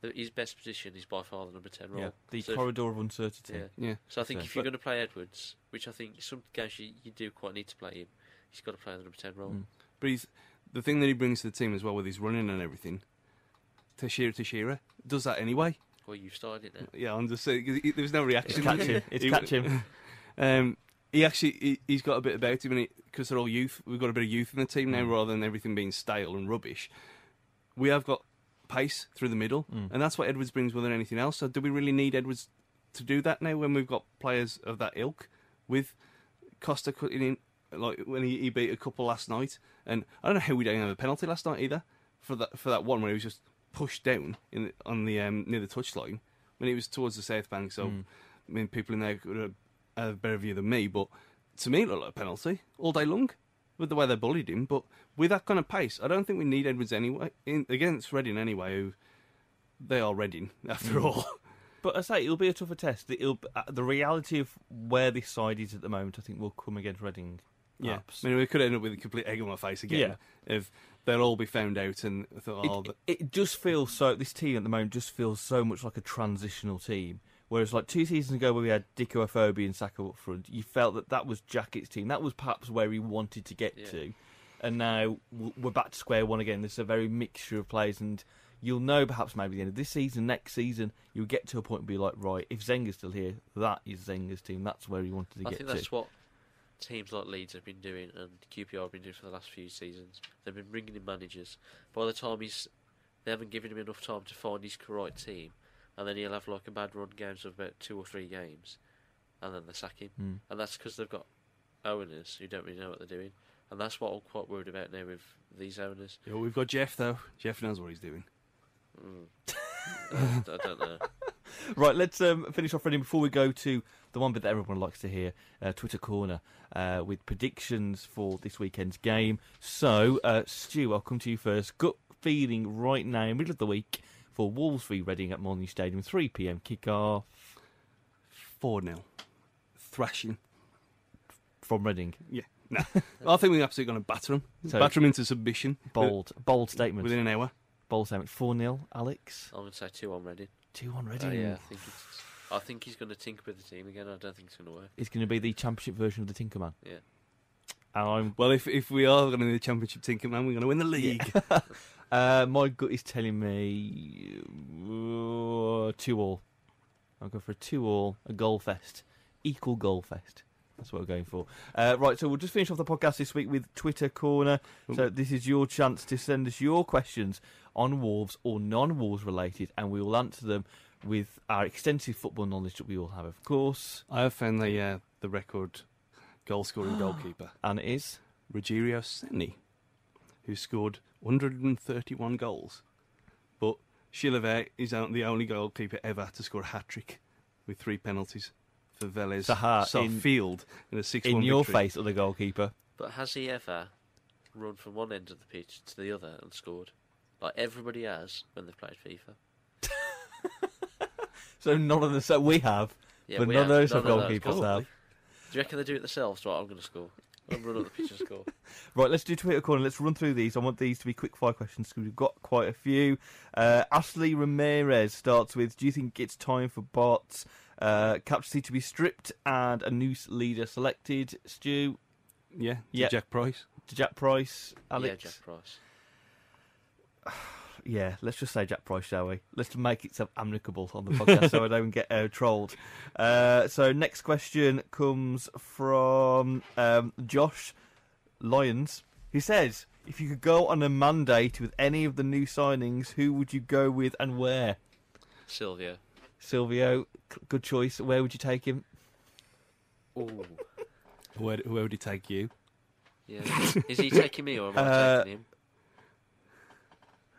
Speaker 4: that his best position is by far the number 10 role.
Speaker 3: Yeah, the
Speaker 4: So if-
Speaker 3: corridor of uncertainty.
Speaker 4: yeah.
Speaker 5: yeah.
Speaker 4: So I think
Speaker 3: So-
Speaker 4: if you're
Speaker 3: But-
Speaker 4: going to play Edwards, which I think some games you, you do quite need to play him, he's got to play the number 10 role.
Speaker 3: Mm.
Speaker 5: But he's the thing that he brings to the team as well with his running and everything. Tashira Tashira does that anyway.
Speaker 4: Well, you've started it now.
Speaker 5: Yeah, I'm just saying 'cause he- there was no reaction.
Speaker 3: It's catch him. It's
Speaker 5: He-
Speaker 3: catch him.
Speaker 5: Um, he actually he, he's got a bit about him, and because they're all youth, we've got a bit of youth in the team now,
Speaker 3: Mm.
Speaker 5: rather than everything being stale and rubbish. We have got pace through the middle,
Speaker 3: Mm.
Speaker 5: and that's what Edwards brings more than anything else. So, do we really need Edwards to do that now when we've got players of that ilk with Costa cutting in? Like when he, he beat a couple last night, and I don't know how we don't have a penalty last night either for that for that one where he was just pushed down in the, on the um, near the touchline when it was towards the south bank. So
Speaker 3: Mm.
Speaker 5: I mean, people in there could have had a better view than me, but to me, it looked like a penalty all day long with the way they bullied him. But with that kind of pace, I don't think we need Edwards anyway. In, against Reading, anyway, who they are Reading after all.
Speaker 3: But I say it'll be a tougher test. It'll, uh, the reality of where this side is at the moment, I think, will come against Reading.
Speaker 5: Yeah,
Speaker 3: perhaps.
Speaker 5: I mean, we could end up with a complete egg on my face again if they'll all be found out and I thought,
Speaker 3: It,
Speaker 5: oh, th-
Speaker 3: it just feels so. This team at the moment just feels so much like a transitional team. Whereas, like two seasons ago, where we had Dicko Afobi and Saka up front, you felt that that was Jacket's team. That was perhaps where he wanted to get
Speaker 4: Yeah.
Speaker 3: to. And now w- we're back to square one again. There's a very mixture of players, and you'll know perhaps maybe the end of this season, next season, you'll get to a point and be like, right, if Zenga's still here, that is Zenga's team. That's where he wanted to
Speaker 4: I
Speaker 3: get
Speaker 4: think
Speaker 3: to.
Speaker 4: that's what teams like Leeds have been doing and QPR have been doing for the last few seasons. They've been bringing in managers. By the time he's, they haven't given him enough time to find his correct team, and then he'll have like a bad run games of about two or three games, and then they sack him.
Speaker 3: Mm.
Speaker 4: And that's because they've got owners who don't really know what they're doing, and that's what I'm quite worried about now with these owners.
Speaker 5: yeah, we've got Jeff though. Jeff knows what he's doing.
Speaker 4: Mm. I, I don't know.
Speaker 3: Right, let's um, finish off reading before we go to the one bit that everyone likes to hear, uh, Twitter Corner, uh, with predictions for this weekend's game. So, uh, Stu, I'll come to you first. Gut feeling right now, middle of the week, for Wolves v Reading at Morning Stadium, 3 pm kickoff
Speaker 5: Four 0 thrashing.
Speaker 3: from Reading.
Speaker 5: Yeah, no, I think we're absolutely going to batter him,
Speaker 3: So-
Speaker 5: batter him into submission.
Speaker 3: Bold, bold statement.
Speaker 5: within an hour.
Speaker 3: bold statement. 4 0, Alex.
Speaker 4: I'm gonna say two on Reading.
Speaker 3: 2 1
Speaker 4: Uh,
Speaker 3: Reading.
Speaker 4: Oh. yeah, I think it's, I think he's gonna tinker with the team again. I don't think it's gonna work.
Speaker 3: It's going to be the championship version of the Tinkerman.
Speaker 4: Yeah.
Speaker 3: And I'm
Speaker 5: Well, if if we are going to be the championship tinker man, we're going to win the league.
Speaker 3: Uh, my gut is telling me uh, two all. I'll go for a two all, a goal fest, equal goal fest. That's what we're going for. Uh, right, so we'll just finish off the podcast this week with Twitter Corner. So this is your chance to send us your questions on Wolves or non-Wolves related, and we will answer them with our extensive football knowledge that we all have, of course.
Speaker 5: I have found the uh, the record goal scoring goalkeeper
Speaker 3: And it is
Speaker 5: Ruggiero Senni, who scored 131 goals, but Chilavert is on- the only goalkeeper ever to score a hat trick with three penalties for Velez
Speaker 3: Saha,
Speaker 5: South
Speaker 3: in-
Speaker 5: Field in a six-one
Speaker 3: in your
Speaker 5: victory.
Speaker 3: face, other goalkeeper.
Speaker 4: But has he ever run from one end of the pitch to the other and scored? Like everybody has when they've played FIFA.
Speaker 3: So none of the so we have,
Speaker 4: Yeah,
Speaker 3: but
Speaker 4: we
Speaker 3: none of
Speaker 4: have.
Speaker 3: those have
Speaker 4: None of those,
Speaker 3: goalkeepers
Speaker 4: probably.
Speaker 3: have.
Speaker 4: Do you reckon they do it themselves? Right, I'm going to score. I'm going to run up the pitch and score.
Speaker 3: Right, let's do Twitter corner. Let's run through these. I want these to be quick fire questions because we've got quite a few. Uh, Ashley Ramirez starts with Do you think it's time for Bart's uh, captaincy to be stripped and a new s- leader selected? Stu,
Speaker 5: Yeah, to
Speaker 3: Yeah.
Speaker 5: Jack Price.
Speaker 3: to Jack Price,
Speaker 4: Yeah,
Speaker 3: Alex?
Speaker 4: Jack Price.
Speaker 3: Yeah, let's just say Jack Price, shall we? Let's make it so amicable on the podcast so I don't get uh, trolled. Uh, so, next question comes from um, Josh Lyons, who says, if you could go on a mandate with any of the new signings, who would you go with and where?
Speaker 4: Silvio.
Speaker 3: Silvio, c- good choice. Where would you take him?
Speaker 4: Ooh.
Speaker 5: Where, where would he take you?
Speaker 4: Yeah. Is he taking me or am I
Speaker 3: Uh,
Speaker 4: taking him?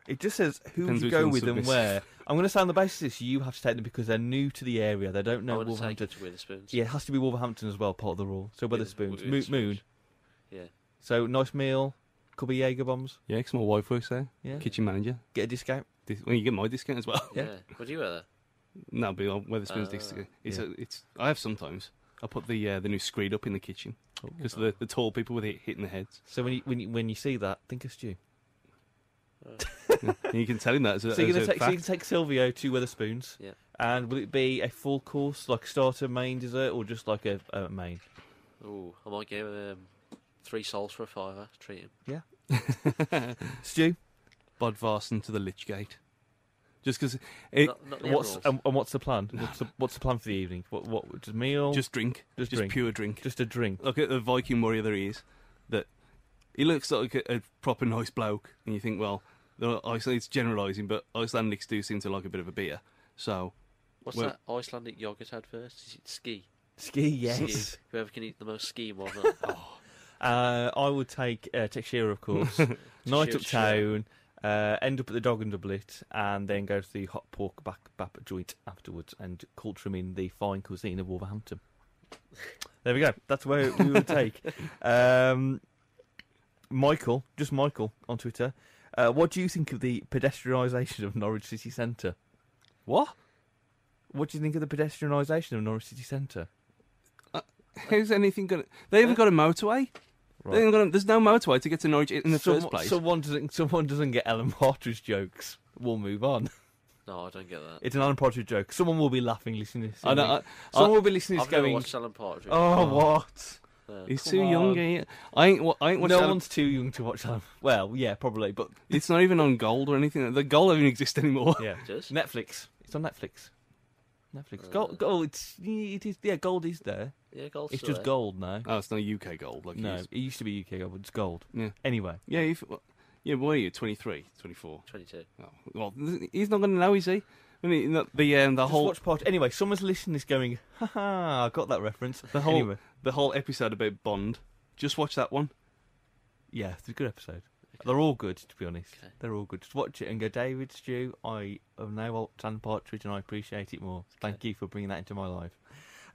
Speaker 3: It just says who would
Speaker 5: Depends
Speaker 3: you
Speaker 5: which
Speaker 3: go
Speaker 5: one's
Speaker 3: with and
Speaker 5: submissive.
Speaker 3: where. I'm going to say on the basis of this, you have to take them because they're new to the area. They don't
Speaker 4: I
Speaker 3: know
Speaker 4: want to take
Speaker 3: Wolverhampton.
Speaker 4: him to Witherspoons.
Speaker 3: Yeah, it has to be Wolverhampton as well, part of the rule. So Weatherspoons,
Speaker 4: Wi-
Speaker 3: Mo-
Speaker 4: Witherspoons.
Speaker 3: Moon.
Speaker 4: Yeah.
Speaker 3: So nice meal, couple of Jaeger bombs.
Speaker 5: Yeah, because my wife works there,
Speaker 3: Yeah,
Speaker 5: kitchen manager.
Speaker 3: get a discount.
Speaker 5: Dis- Well, you get my discount as well.
Speaker 4: Yeah.
Speaker 3: Yeah.
Speaker 4: What do you wear there?
Speaker 5: no, but on Weatherspoon's
Speaker 4: Ah.
Speaker 5: discount. It's,
Speaker 3: Uh, Yeah.
Speaker 5: a, it's I have sometimes. I put the uh, the new screed up in the kitchen
Speaker 3: Oh,
Speaker 5: because the the tall people with it hitting the heads.
Speaker 3: So when you when you, when you see that, think of Stu.
Speaker 5: And you can tell him that. As a,
Speaker 3: So you're gonna
Speaker 5: as a
Speaker 3: take so you
Speaker 5: fact.
Speaker 3: can take Silvio to Weatherspoons.
Speaker 4: Yeah.
Speaker 3: And will it be a full course, like starter, main, dessert, or just like a, a main?
Speaker 4: Ooh, I might give him three souls for a fiver. Treat him.
Speaker 3: Stu,
Speaker 5: Bod Varson to the Lich Gate. Just because it
Speaker 4: not, not the
Speaker 3: what's um,
Speaker 4: Emeralds.
Speaker 3: and, and what's the plan? What's the, what's the plan for the evening? What what just meal?
Speaker 5: just drink,
Speaker 3: just
Speaker 5: just,
Speaker 3: drink.
Speaker 5: pure drink.
Speaker 3: just a drink.
Speaker 5: Look at the Viking warrior that he is. That he looks like a, a proper nice bloke, and you think, well, the Iceland, it's generalising, but Icelandics do seem to like a bit of a beer. So
Speaker 4: What's
Speaker 5: well-
Speaker 4: that Icelandic yogurt advert? Is it ski?
Speaker 3: Ski,
Speaker 4: Ski. Whoever can eat the most ski more than oh,
Speaker 3: Uh, I would take uh, Texera, of course. Night
Speaker 4: Shoot,
Speaker 3: up town, uh, end up at the Dog and Doublet, and then go to the Hot Pork Back Bap joint afterwards and culture him in the fine cuisine of Wolverhampton. there we go. That's where we would take. Um, Michael, just Michael on Twitter. Uh, what do you think of the pedestrianisation of Norwich City Centre? What? What do you think of the pedestrianisation of Norwich City Centre?
Speaker 5: how's anything going? to... They
Speaker 3: Eh?
Speaker 5: haven't got a motorway. They haven't got a, there's no motorway to get to Norwich in the first
Speaker 3: Someone-
Speaker 5: place.
Speaker 3: Someone doesn't. Someone doesn't get Alan Partridge jokes. We'll move on.
Speaker 4: No, I don't get that.
Speaker 3: It's an Alan Partridge joke. Someone will be laughing listening to this.
Speaker 5: I know, I,
Speaker 3: someone will be listening to
Speaker 4: I've
Speaker 3: this
Speaker 4: never
Speaker 3: going,
Speaker 4: watched Alan Partridge.
Speaker 3: "Oh, what?
Speaker 4: No.
Speaker 5: he's
Speaker 3: come
Speaker 5: too young.
Speaker 3: on.
Speaker 5: eh? I ain't. wa- I ain't watched.
Speaker 3: no
Speaker 5: Alan-
Speaker 3: one's too young to watch Alan." Well, yeah, probably, but
Speaker 5: It's not even on gold or anything. The gold doesn't exist anymore.
Speaker 3: yeah,
Speaker 4: Just?
Speaker 3: Netflix. It's on Netflix. Netflix.
Speaker 4: Uh.
Speaker 3: Gold. Gold. It's. It is. Yeah, gold is there.
Speaker 4: Yeah, gold.
Speaker 3: It's just gold now.
Speaker 5: Oh, it's not UK gold. Like it
Speaker 3: no,
Speaker 5: is.
Speaker 3: it used to be UK gold, but it's gold.
Speaker 5: Yeah.
Speaker 3: Anyway,
Speaker 5: Yeah. If, yeah. What are you? 23, 24?
Speaker 4: 22.
Speaker 5: Oh, well, th- he's not going to know, is he? When he the the, um, the
Speaker 3: just
Speaker 5: whole
Speaker 3: watch part. Anyway, someone's listening to this going, "Ha ha! I got that reference."
Speaker 5: the whole
Speaker 3: Anyway,
Speaker 5: the whole episode about Bond. Just watch that one.
Speaker 3: Yeah, it's a good episode. They're all good, to be honest.
Speaker 4: Okay.
Speaker 3: They're all good. Just watch it and go, David, Stu, I am now Alt Tan Partridge and I appreciate it more. Thank you for bringing that into my life.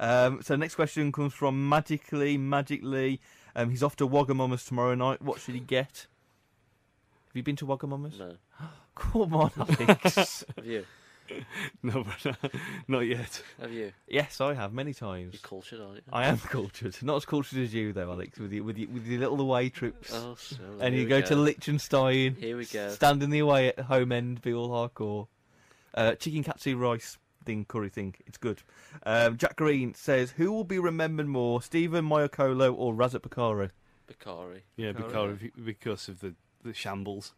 Speaker 3: Um, so, next question comes from Magically. Magically. Um, he's off to Wagamama's tomorrow night. What should he get? Have you been to Wagamama's?
Speaker 4: No.
Speaker 3: Come on, Alex.
Speaker 4: Have you?
Speaker 5: No, brother, not yet.
Speaker 4: Have you?
Speaker 3: yes, I have many
Speaker 4: You're
Speaker 3: times.
Speaker 4: cultured, aren't you?
Speaker 3: I am cultured. Not as cultured as you, though, Alex, with your, with your, with your little away trips.
Speaker 4: Oh, so
Speaker 3: and you
Speaker 4: here we
Speaker 3: go, to Liechtenstein.
Speaker 4: Here we go.
Speaker 3: Stand in the away at home end, be all hardcore. Uh, chicken katsu rice thing, curry thing. It's good. Um, Jack Green says, "Who will be remembered more, Stephen Mayokolo or Razat Bakari?"
Speaker 4: Bakari.
Speaker 5: Yeah,
Speaker 3: All
Speaker 5: because of, because of the the shambles.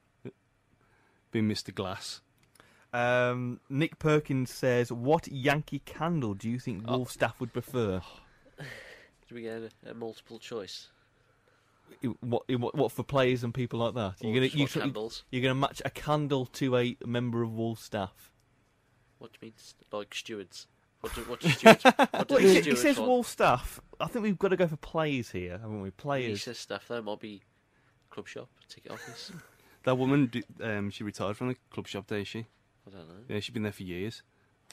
Speaker 5: Being Mr. Glass.
Speaker 3: Um, Nick Perkins says, "What Yankee candle do you think
Speaker 5: Oh.
Speaker 3: Wolf staff would prefer?
Speaker 4: Do we get a, a multiple choice?
Speaker 3: In What, in what, what for players and people like that?
Speaker 4: Or
Speaker 3: You're
Speaker 4: just
Speaker 3: gonna, you,
Speaker 4: what candles?
Speaker 3: you're gonna match a candle to a member of Wolf staff."
Speaker 4: What do you mean? s- Like stewards? What do, what do stewards? What do
Speaker 3: Well,
Speaker 4: the
Speaker 3: he,
Speaker 4: stewards
Speaker 3: he says
Speaker 4: want?
Speaker 3: Wolf staff. I think we've got to go for players here, haven't we?
Speaker 4: He
Speaker 3: Players.
Speaker 4: says stuff though. Might be club shop, ticket office.
Speaker 5: That woman, d- um, she retired from the club shop, didn't she?
Speaker 4: I don't know.
Speaker 5: Yeah, she's been there for years.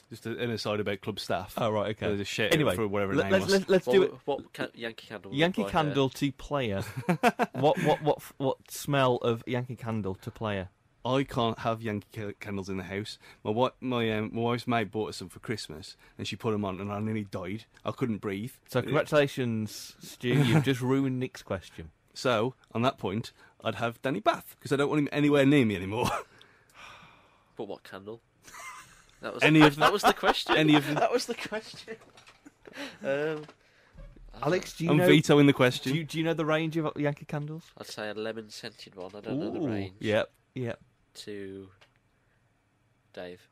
Speaker 5: Just a, an aside about club staff.
Speaker 3: Oh right, okay.
Speaker 5: There's a shit
Speaker 3: Anyway,
Speaker 5: for whatever her
Speaker 3: Let-
Speaker 5: name
Speaker 3: let's,
Speaker 5: was.
Speaker 3: let's, let's
Speaker 4: what,
Speaker 3: do it.
Speaker 4: What can, Yankee candle? would uh,
Speaker 3: Yankee
Speaker 4: buy her?
Speaker 3: Candle to player. what what what what smell of Yankee Candle to player?
Speaker 5: I can't have Yankee ca- candles in the house. My wife, my, um, my wife's mate bought us some for Christmas, and she put them on, and I nearly died. I couldn't breathe.
Speaker 3: So congratulations, Stu. You've just ruined Nick's question.
Speaker 5: So on that point, I'd have Danny Bath because I don't want him anywhere near me anymore.
Speaker 4: But what candle? That was
Speaker 5: Any of
Speaker 4: that was the question.
Speaker 5: any of them.
Speaker 4: that was the question. Um, I
Speaker 3: Alex, do you
Speaker 5: I'm
Speaker 3: know?
Speaker 5: vetoing the
Speaker 3: do
Speaker 5: question.
Speaker 3: you, do you know the range of Yankee candles?
Speaker 4: I'd say a lemon scented one. I don't know the
Speaker 3: Ooh,
Speaker 4: range.
Speaker 3: Yep, yep.
Speaker 4: To Dave.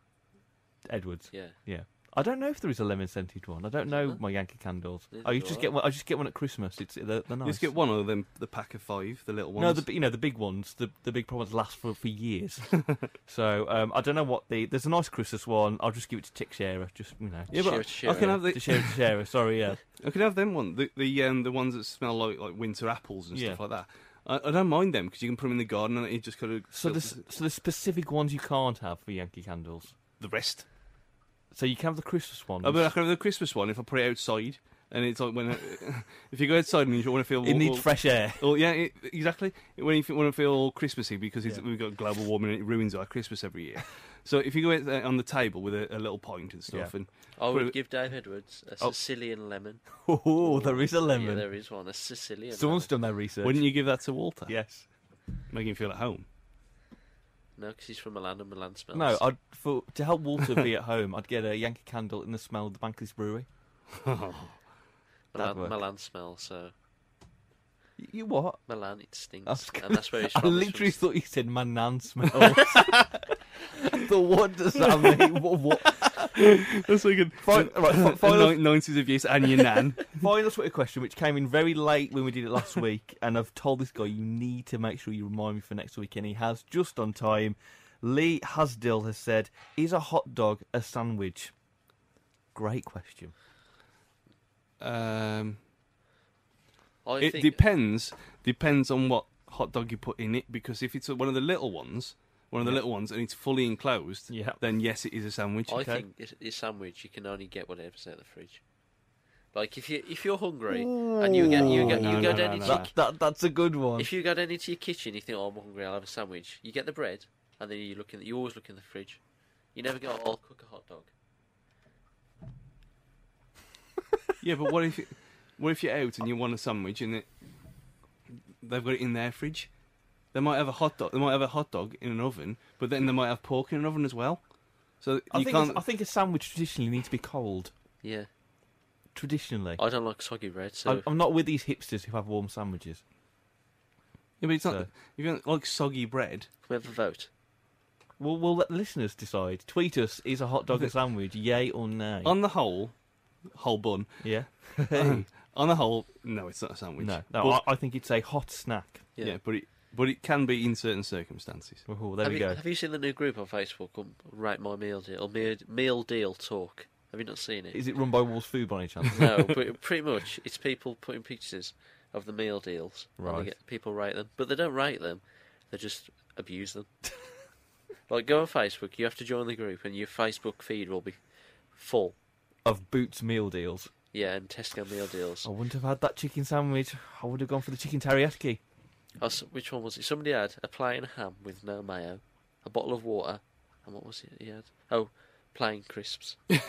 Speaker 3: Edwards.
Speaker 4: Yeah.
Speaker 3: Yeah. I don't know if there is a lemon scented one. I don't know
Speaker 4: Huh?
Speaker 3: my Yankee candles.
Speaker 4: Neither
Speaker 3: Oh, you
Speaker 4: do
Speaker 3: just
Speaker 4: I.
Speaker 3: get one. I just get one at Christmas. It's they're, they're nice.
Speaker 5: Just get one of them, the pack of five, the little ones.
Speaker 3: No, the b- you know the big ones, the the big problems last for, for years. so um, I don't know what the there's a nice Christmas one. I'll just give it to Tick Shearer, just you know,
Speaker 5: yeah, but
Speaker 4: Share-
Speaker 5: I can
Speaker 4: share.
Speaker 5: have
Speaker 3: to
Speaker 5: the
Speaker 3: Shearer, to Shearer. Sorry, yeah,
Speaker 5: I can have them one. The the um, the ones that smell like like winter apples and
Speaker 3: Yeah.
Speaker 5: stuff like that. I, I don't mind them because you can put them in the garden and it just kind of
Speaker 3: So the
Speaker 5: this
Speaker 3: so the specific ones you can't have for Yankee candles.
Speaker 5: the rest.
Speaker 3: So you can have the Christmas ones.
Speaker 5: I mean, I can have the Christmas one if I put it outside. And it's like when I- if you go outside and you want to feel
Speaker 3: it
Speaker 5: wa-
Speaker 3: needs
Speaker 5: wa-
Speaker 3: fresh air.
Speaker 5: Well, yeah, it, exactly. When you want to feel Christmassy because it's,
Speaker 3: Yeah.
Speaker 5: we've got global warming and it ruins our Christmas every year. So if you go out there on the table with a, a little pint and stuff,
Speaker 3: Yeah.
Speaker 5: and
Speaker 4: I would
Speaker 5: Well-
Speaker 4: give Dave Edwards a
Speaker 5: Oh.
Speaker 4: Sicilian lemon.
Speaker 3: Oh, there is a
Speaker 4: Yeah,
Speaker 3: lemon.
Speaker 4: there is one. A Sicilian.
Speaker 3: Someone's done their research.
Speaker 5: wouldn't you give that to Walter?
Speaker 3: Yes.
Speaker 5: make him feel at home.
Speaker 4: lemon. No, because he's from Milan and Milan smells.
Speaker 3: No, I'd for to help Walter be at home. I'd get a Yankee candle in the smell of the Bankless Brewery. that'd
Speaker 4: Milan,
Speaker 3: work.
Speaker 4: Milan smells. So
Speaker 3: Y- You what?
Speaker 4: Milan, it stinks,
Speaker 3: I was gonna-
Speaker 4: and that's where he's
Speaker 3: I
Speaker 4: from. He's
Speaker 3: literally
Speaker 4: from-
Speaker 3: thought you said my nan smells. the what does that mean? What, what?
Speaker 5: That's like a
Speaker 3: Fine, right, fi- final,
Speaker 5: nineties abuse and your nan.
Speaker 3: final Twitter question, which came in very late when we did it last week, and I've told this guy you need to make sure you remind me for next week, and he has just on time. Lee Hasdill has said, "Is a hot dog a sandwich?" Great question.
Speaker 5: um,
Speaker 4: I
Speaker 5: it
Speaker 4: think
Speaker 5: depends. Depends on what hot dog you put in it because if it's one of the little ones, one of the
Speaker 3: Yeah.
Speaker 5: little ones, and it's fully enclosed,
Speaker 3: Yeah.
Speaker 5: then yes, it is a sandwich.
Speaker 4: I think it's- it's sandwich you can only get whatever's out of the fridge. Like if you if you're hungry and you get you get
Speaker 5: Ooh.
Speaker 4: you
Speaker 5: No,
Speaker 4: go
Speaker 5: no,
Speaker 4: down
Speaker 5: no,
Speaker 4: into
Speaker 5: no.
Speaker 4: your,
Speaker 3: That, that that's a good one.
Speaker 4: if you go down into your kitchen, you think oh I'm hungry, I'll have a sandwich. You get the bread and then you look in. You always look in the fridge. You never go. Oh, I'll cook a hot dog.
Speaker 5: Yeah, but what if what if you're out and you want a sandwich and it, they've got it in their fridge? They might have a hot dog. They might have a hot dog in an oven, but then they might have pork in an oven as well. So
Speaker 3: I
Speaker 5: you
Speaker 3: think a-
Speaker 5: can't.
Speaker 3: I think a sandwich traditionally needs to be cold.
Speaker 4: Yeah,
Speaker 3: Traditionally,
Speaker 4: I don't like soggy bread. So
Speaker 3: I'm, I'm not with these hipsters who have warm sandwiches.
Speaker 5: yeah, but it's not.
Speaker 3: so-
Speaker 5: If you want like soggy bread,
Speaker 4: we have a vote.
Speaker 3: We'll, we'll let the listeners decide. Tweet us: Is a hot dog a sandwich? Yay or nay?
Speaker 5: on the whole, whole bun.
Speaker 3: yeah.
Speaker 5: on the whole, no, it's not a sandwich.
Speaker 3: No,
Speaker 5: but,
Speaker 3: no. I, I think it's a hot snack.
Speaker 5: yeah. but it but it can be in certain circumstances.
Speaker 3: Oh, there
Speaker 4: have,
Speaker 3: we
Speaker 4: you,
Speaker 3: go.
Speaker 4: have you seen the new group on Facebook? Um, Write my meal deal. or Meal, meal deal talk. Have you not seen it?
Speaker 3: Is it run by Wolves Food by any chance?
Speaker 4: no, but pretty much it's people putting pictures of the meal deals. and they
Speaker 3: Right.
Speaker 4: get- people rate them, but they don't rate them. They just abuse them. like go on Facebook. You have to join the group, and your Facebook feed will be full.
Speaker 3: of Boots meal deals.
Speaker 4: Yeah, and Tesco meal deals.
Speaker 3: I wouldn't have had that chicken sandwich. I would have gone for the chicken teriyaki.
Speaker 4: Oh, s- which one was it? Somebody had a plain ham with no mayo, a bottle of water, and what was it he had? Oh, plain crisps. and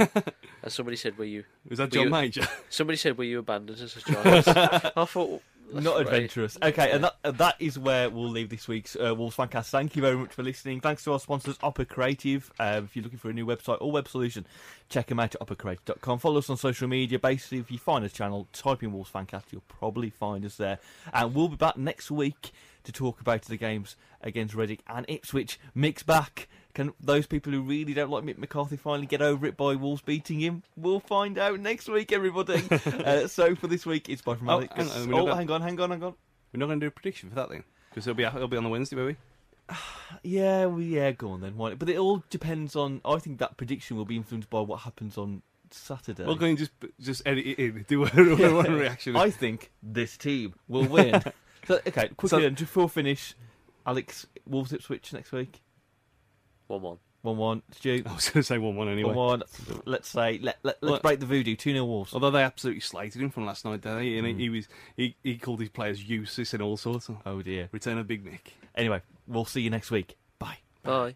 Speaker 4: somebody said, "Were you?"
Speaker 5: Was that
Speaker 4: Were you-
Speaker 5: John Major?
Speaker 4: Somebody said, "Were you abandoned as a child?" I thought that's
Speaker 3: Not
Speaker 4: great.
Speaker 3: adventurous. Okay, and that, and that is where we'll leave this week's uh, Wolves Fancast. Thank you very much for listening. Thanks to our sponsors, Opera Creative. Um, if you're looking for a new website or web solution, check them out at operacreative.com. Follow us on social media. Basically, if you find this channel, type in Wolves Fancast, you'll probably find us there. And we'll be back next week to talk about the games against Reading and Ipswich. Mix back. Can those people who really don't like Mick McCarthy finally get over it by Wolves beating him? We'll find out next week, everybody. uh, so for this week, it's bye from
Speaker 5: Oh,
Speaker 3: Alex.
Speaker 5: hang on, we
Speaker 3: oh,
Speaker 5: don't-
Speaker 3: hang on, hang on, hang on.
Speaker 5: We're not going to do a prediction for that then because it'll be it'll be on the Wednesday, will we?
Speaker 3: Yeah, well, yeah, go on then. Why? But it all depends on. I think that prediction will be influenced by what happens on Saturday.
Speaker 5: We're going to just just edit it in. Do a one reaction.
Speaker 3: I think this team will win. so, okay, quickly
Speaker 5: So-
Speaker 3: then, just before we finish, Alex, Wolves Ipswich next week.
Speaker 4: One one.
Speaker 3: 1 1. Stu,
Speaker 5: I was going to say one one Oh, anyway.
Speaker 3: 1 1. Let's say, let, let, let's
Speaker 5: What?
Speaker 3: break the voodoo. 2 0 Wolves.
Speaker 5: Although they absolutely slated him from last night, didn't they? And he, he was he, he called his players useless and all sorts. Of.
Speaker 3: Oh, dear.
Speaker 5: Return of Big Nick.
Speaker 3: Anyway, we'll see you next week. Bye.
Speaker 4: Bye.